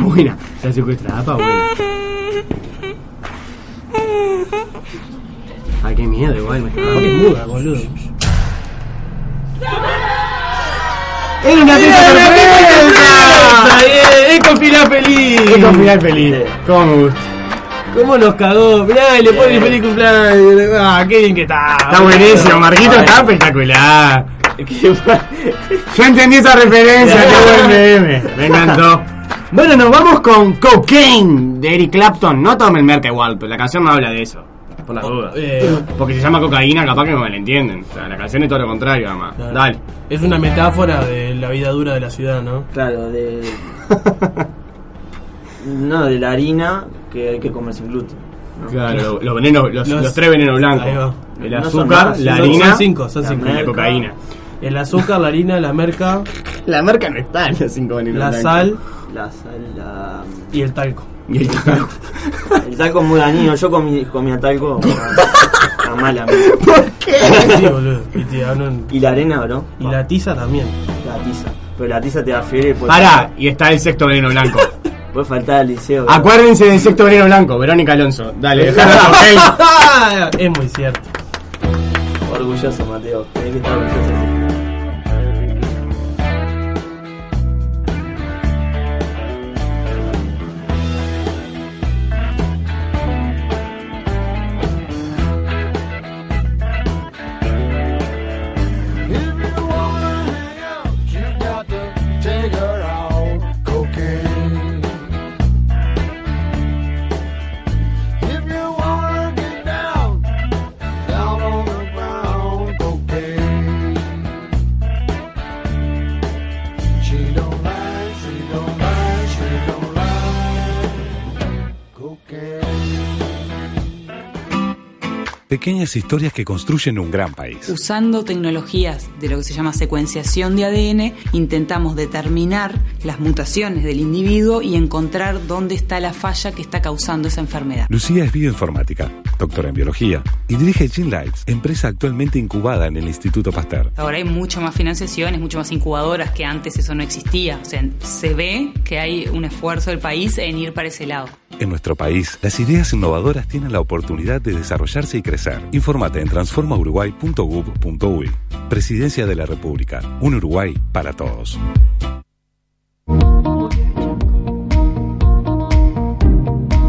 <laughs> Buena. La secuestrada, pa, buena. Ay, qué miedo, igual. Me Porque es muda, boludo. ¡Era una ¡Era cinta una sorpresa! sorpresa! Bien, ¡Es con final feliz! ¡Es con final feliz! ¿Cómo me gusta? ¿Cómo nos cagó? Mirá, y le pone Bien. feliz cumpleaños. Ah, qué bien que está. Está buenísimo, Marquito está espectacular. <laughs> Yo entendí esa referencia, qué buen meme. Me encantó. Bueno, nos vamos con Cocaine de Eric Clapton. No tomen merca igual, pero la canción no habla de eso. Por las dudas. Eh. Porque se llama cocaína, capaz que no me la entienden. O sea, la canción es todo lo contrario, además. Dale. Es una metáfora de la vida dura de la ciudad, ¿no? Claro, <laughs> de. no, de la harina que hay que comer sin gluten. ¿no? Claro, lo- los venenos- los- los tres venenos blancos. Ahí va. El No azúcar, son más, la son- harina, son cinco, son la cinco. merca. cocaína. El azúcar, la harina, la merca. La merca no está en los cinco venenos La blancos. <laughs> sal. La sal, la. Y el talco. Y el talco. <laughs> El talco es muy dañino. Yo comí, comía <laughs> talco. a mala. ¿Por qué? Sí, boludo. Y, te hablan- y la arena, bro. y la tiza también. La tiza. Pero la tiza te da fiebre. puede- Pará, y está el sexto veneno blanco. Puede faltar al liceo. bro. Acuérdense del sexto veneno blanco, Verónica Alonso. <laughs> Dale, dejala, ok. es muy cierto. Orgulloso, Mateo. Tenés que estar orgulloso. Take her out, cocaine. If you wanna get down, down on the ground, cocaine. She don't lie, she don't lie, she don't lie, cocaine. Pequeñas historias que construyen un gran país. Usando tecnologías de lo que se llama secuenciación de ADN, intentamos determinar las mutaciones del individuo y encontrar dónde está la falla que está causando esa enfermedad. Lucía es bioinformática, doctora en biología y dirige Gene Lights, empresa actualmente incubada en el Instituto Pasteur. Ahora hay mucho más financiación, es mucho más incubadoras que antes eso no existía. O sea, se ve que hay un esfuerzo del país en ir para ese lado. En nuestro país, las ideas innovadoras tienen la oportunidad de desarrollarse y crecer. Infórmate en transformauruguay.gov.uy. Presidencia de la República, un Uruguay para todos.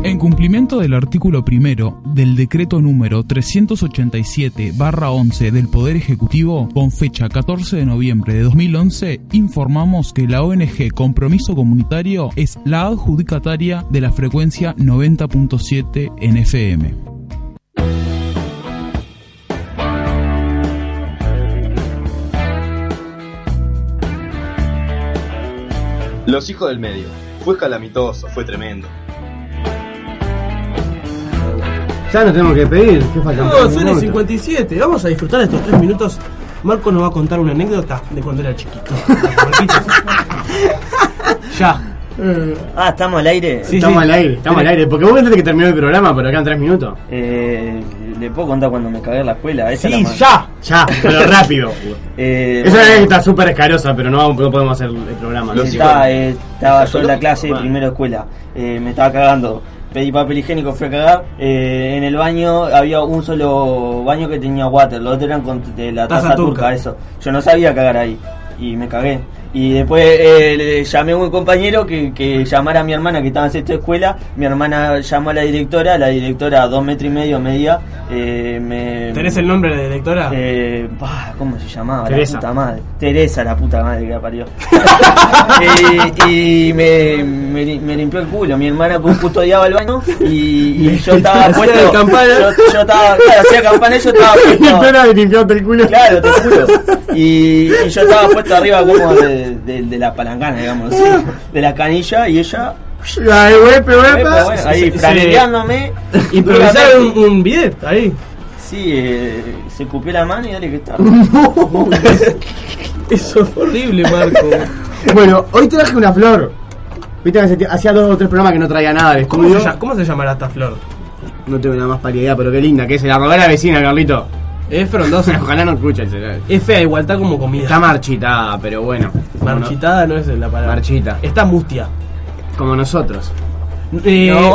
En cumplimiento del artículo primero del decreto número 387-11 del Poder Ejecutivo, con fecha 14 de noviembre de 2011, informamos que la ONG Compromiso Comunitario es la adjudicataria de la frecuencia 90.7 en FM. Los hijos del medio. Fue calamitoso, fue tremendo. Ya nos tenemos que pedir. ¿Qué falta? No, son el 57. Vamos a disfrutar de estos tres minutos. Marco nos va a contar una anécdota de cuando era chiquito. ya. Eh. Ah, estamos al aire. estamos al aire, estamos al aire. Porque vos pensaste que terminó el programa, pero quedan tres minutos. Eh, ¿Le puedo contar cuando me cagué en la escuela? Esa Sí, es la más- ya, <laughs> ya, pero rápido. Eh, Esa bueno. está súper escarosa, pero no, vamos- no podemos hacer el programa. Sí, estaba, eh, estaba yo en la clase de primero de escuela. Eh, me estaba cagando. Pedí papel higiénico, fui a cagar. Eh, en el baño había un solo baño que tenía water, los otros eran con de la Taza taza, turca, turca. eso. Yo no sabía cagar ahí y me cagué. Y después eh, le llamé a un compañero que, que llamara a mi hermana que estaba en sexta escuela. Mi hermana llamó a la directora, la directora a dos metros y medio media. eh, me, ¿Tenés el nombre de la directora? Eh, bah, ¿Cómo se llamaba? Teresa. Ah, La puta madre. Teresa, la puta madre que <laughs> la parió. Eh, y me, me, li- me limpió el culo. Mi hermana cu- custodiaba el baño y, y <laughs> yo estaba <laughs> Hacía puesto. de campana. Yo, yo estaba, claro, hacía campana y <laughs> yo estaba puesto. <laughs> Claro, te juro. Y, y yo estaba puesto arriba como de, de- de la palancana, digamos, así, de la canilla y ella. Ay, güepe, güepa. Güepa, bueno, Se- ahí se- franeleándome. Improvisaron un, un bidet ahí. Sí, eh, se cupió la mano y dale que <laughs> está. <laughs> Eso es horrible, Marco. Bueno, hoy traje una flor. Viste que hace- hacía dos o tres programas que no traía nada de ¿Cómo estudio. se, llama- cómo se llamará esta flor? No tengo nada más paridad, pero qué linda que es. Se la robé a la vecina, Carlito. Es frondosa. <laughs> Ojalá no escuche el celular. Es fea, igual está como comida. Está marchitada, pero bueno. Marchitada no es la palabra. Marchita. Está mustia. Eh, Como nosotros. No,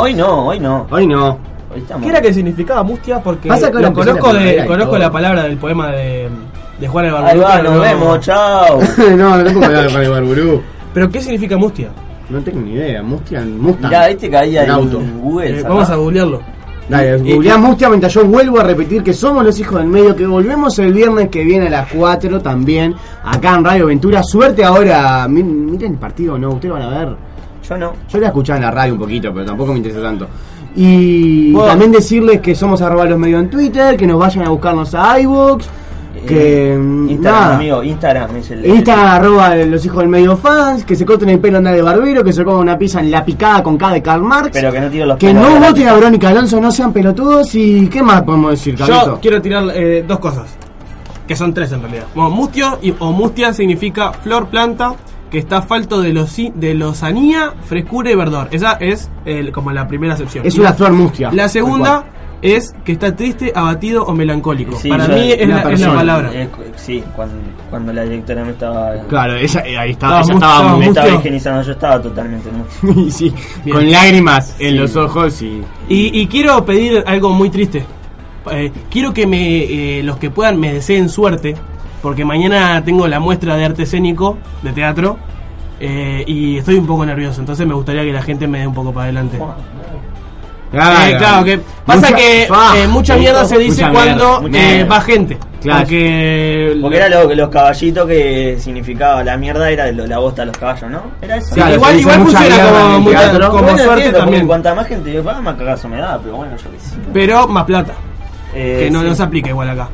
hoy no, hoy no. Hoy no. Hoy estamos. ¿Qué era que significaba mustia? Porque Pasa que ahora lo empezó la conozco, de, primavera y conozco todo. la palabra del poema de, de Juan el Ahí Barburú. va, pero nos no- <laughs> vemos, <laughs> chao. no, no tengo palabra para el barburú. ¿Pero qué significa mustia? No tengo ni idea. Mustia, Mustang. Mirá, viste que ahí hay Un auto. un Google. Eh, sacá. vamos a googlearlo. Dale, Y- googleá Mustia mientras yo vuelvo a repetir que somos los hijos del medio, que volvemos el viernes que viene a las 4 también, acá en Radio Ventura. Suerte ahora, mi- miren el partido, ¿no? Ustedes van a ver. Yo no. Yo la escuchaba en la radio un poquito, pero tampoco me interesa tanto. Y Bueno. también decirles que somos arroba los medios en Twitter, que nos vayan a buscarnos a iVoox, que... mm, Eh, Instagram, nada. amigo, Instagram es el. Instagram arroba los hijos del medio fans, que se corten el pelo andar de barbero, que se coman una pizza en la picada con K de Karl Marx. Pero que no tiro los Que pelos no de la voten a Verónica Alonso, no sean pelotudos y ¿qué más podemos decir, Yo Carlito? quiero tirar eh, dos cosas. Que son tres en realidad. Bueno, mustio y, o mustia significa flor planta que está falto de, los, de lozanía, frescura y verdor. Esa es el- como la primera acepción. Es Y una flor mustia. La segunda es que está triste, abatido o melancólico. Sí, Para yo- mí es la, es la palabra. Eh, cu- sí, cuando, cuando la directora me estaba. Claro, esa- eh, ahí estaba, Estaba ella mu- estaba me estaba mustio. higienizando, yo estaba totalmente <laughs> mustio. Y sí, Bien. con lágrimas en Sí. los Eh, ojos y... Y, y quiero pedir algo muy triste. Eh, quiero que me, eh, los que puedan me deseen suerte, porque mañana tengo la muestra de arte escénico de teatro eh, y estoy un poco nervioso, entonces me gustaría que la gente me dé un poco para adelante. Eh, claro, que pasa Mucha- que Ah, eh, mucha listo. mierda se dice Mucha cuando eh, mierda, mucha mierda. va gente. Claro. Porque, Porque era lo que los caballitos que significaba la mierda, era lo- la bosta de los caballos, ¿no? Era eso. Sí, Claro, igual- se dice igual mucha funciona mierda como- en el mucha- teatro. como Yo no suerte entiendo, porque también. Cuanta más gente yo paga, más cagazo me da, pero bueno, yo qué sé. pero más plata, Eh, que no, sí. no se aplica igual acá.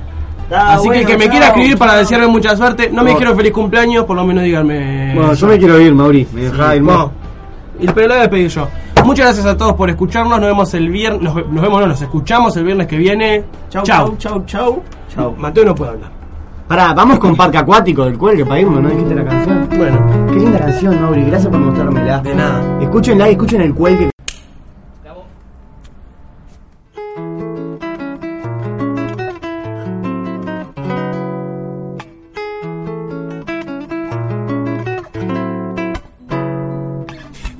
Ah, Así que el bueno, que me chao. quiera escribir para desearme mucha suerte, no me No. dijeron feliz cumpleaños, por lo menos díganme. Bueno, yo me quiero ir, Mauri. Me dejá Sí, ir, bueno, y el pelado de pedir yo. Muchas gracias a todos por escucharnos. Nos vemos el viernes. Nos, ve- nos vemos, no, nos escuchamos el viernes que viene. Chau, chau, chau, chau. Mateo no puede hablar. Pará, vamos con Parque Acuático del Cuelgue para irnos, ¿no dijiste la canción? Bueno. Qué linda canción, Mauri, gracias por mostrármela. De nada. Escúchenla y escuchen el Cuelgue.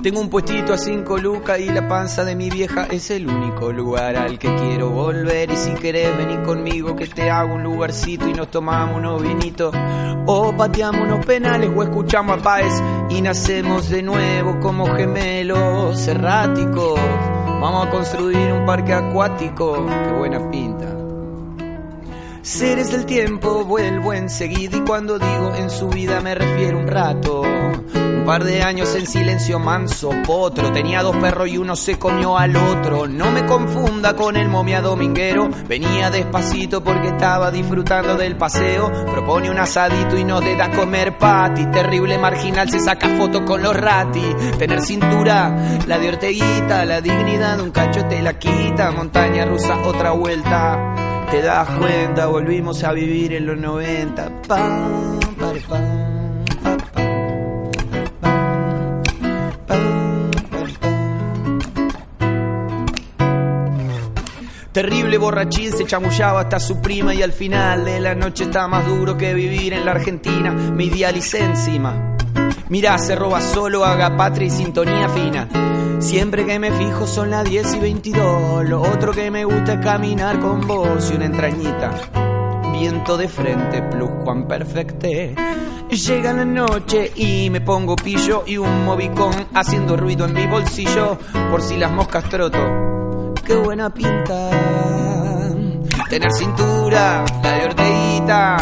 Tengo un puestito a cinco lucas y la panza de mi vieja es el único lugar al que quiero volver. Y si querés venir conmigo que te hago un lugarcito y nos tomamos unos vinitos. O pateamos unos penales o escuchamos a Paez y nacemos de nuevo como gemelos erráticos. Vamos a construir un parque acuático. Qué buena pinta. Seres del tiempo, vuelvo enseguida y cuando digo en su vida me refiero un rato. Un par de años en silencio manso, potro. Tenía dos perros y uno se comió al otro. No me confunda con el momia dominguero. Venía despacito porque estaba disfrutando del paseo. Propone un asadito y nos de da comer pati. Terrible marginal se saca foto con los rati. Tener cintura, la de Orteguita, la dignidad de un cacho te la quita. Montaña rusa, otra vuelta. Te das cuenta, volvimos a vivir en los 90. Pam, pare, pam, pa, pam, pam, pam, pare, pam. Terrible borrachín se chamullaba hasta su prima y al final de la noche está más duro que vivir en la Argentina. Me idealicé encima. Mira, se roba solo, haga patria y sintonía fina. Siempre que me fijo son las 10 y 22. Lo otro que me gusta es caminar con vos y una entrañita. viento de frente, plus cuan perfecte. Llega la noche y me pongo pillo y un movicón haciendo ruido en mi bolsillo por si las moscas troto. Qué buena pinta. Tener cintura, la de orteguita.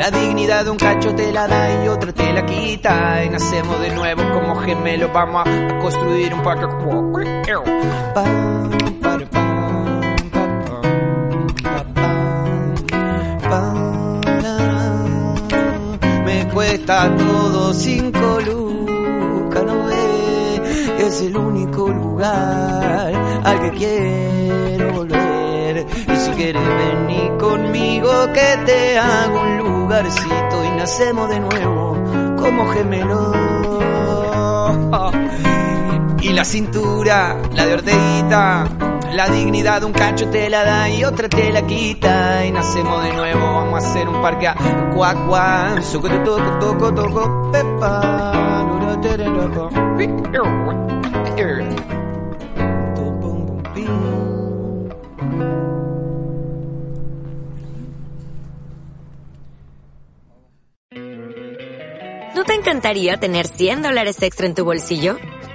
La dignidad de un cacho te la da y otro te la quita. Y nacemos de nuevo como gemelos. Vamos a, a construir un parque. Pam, par, pam, pa, pam, pa, pam, pam. Me cuesta todo cinco lucas, no ve. Es el único lugar al que quiero volver. Y si quieres venir conmigo, que te hago un lugarcito y nacemos de nuevo como gemelos. Y la cintura, la de orteguita. La dignidad de un cacho te la da y otra te la quita. Y nacemos de nuevo, vamos a hacer un parque a cuac, cuac. Suco, tu, toco, toco, toco, pepa. Luro, tere, loco. Pi, iu, iu. Tu, pum, pum, pi. ¿No te encantaría tener 100 dólares extra en tu bolsillo?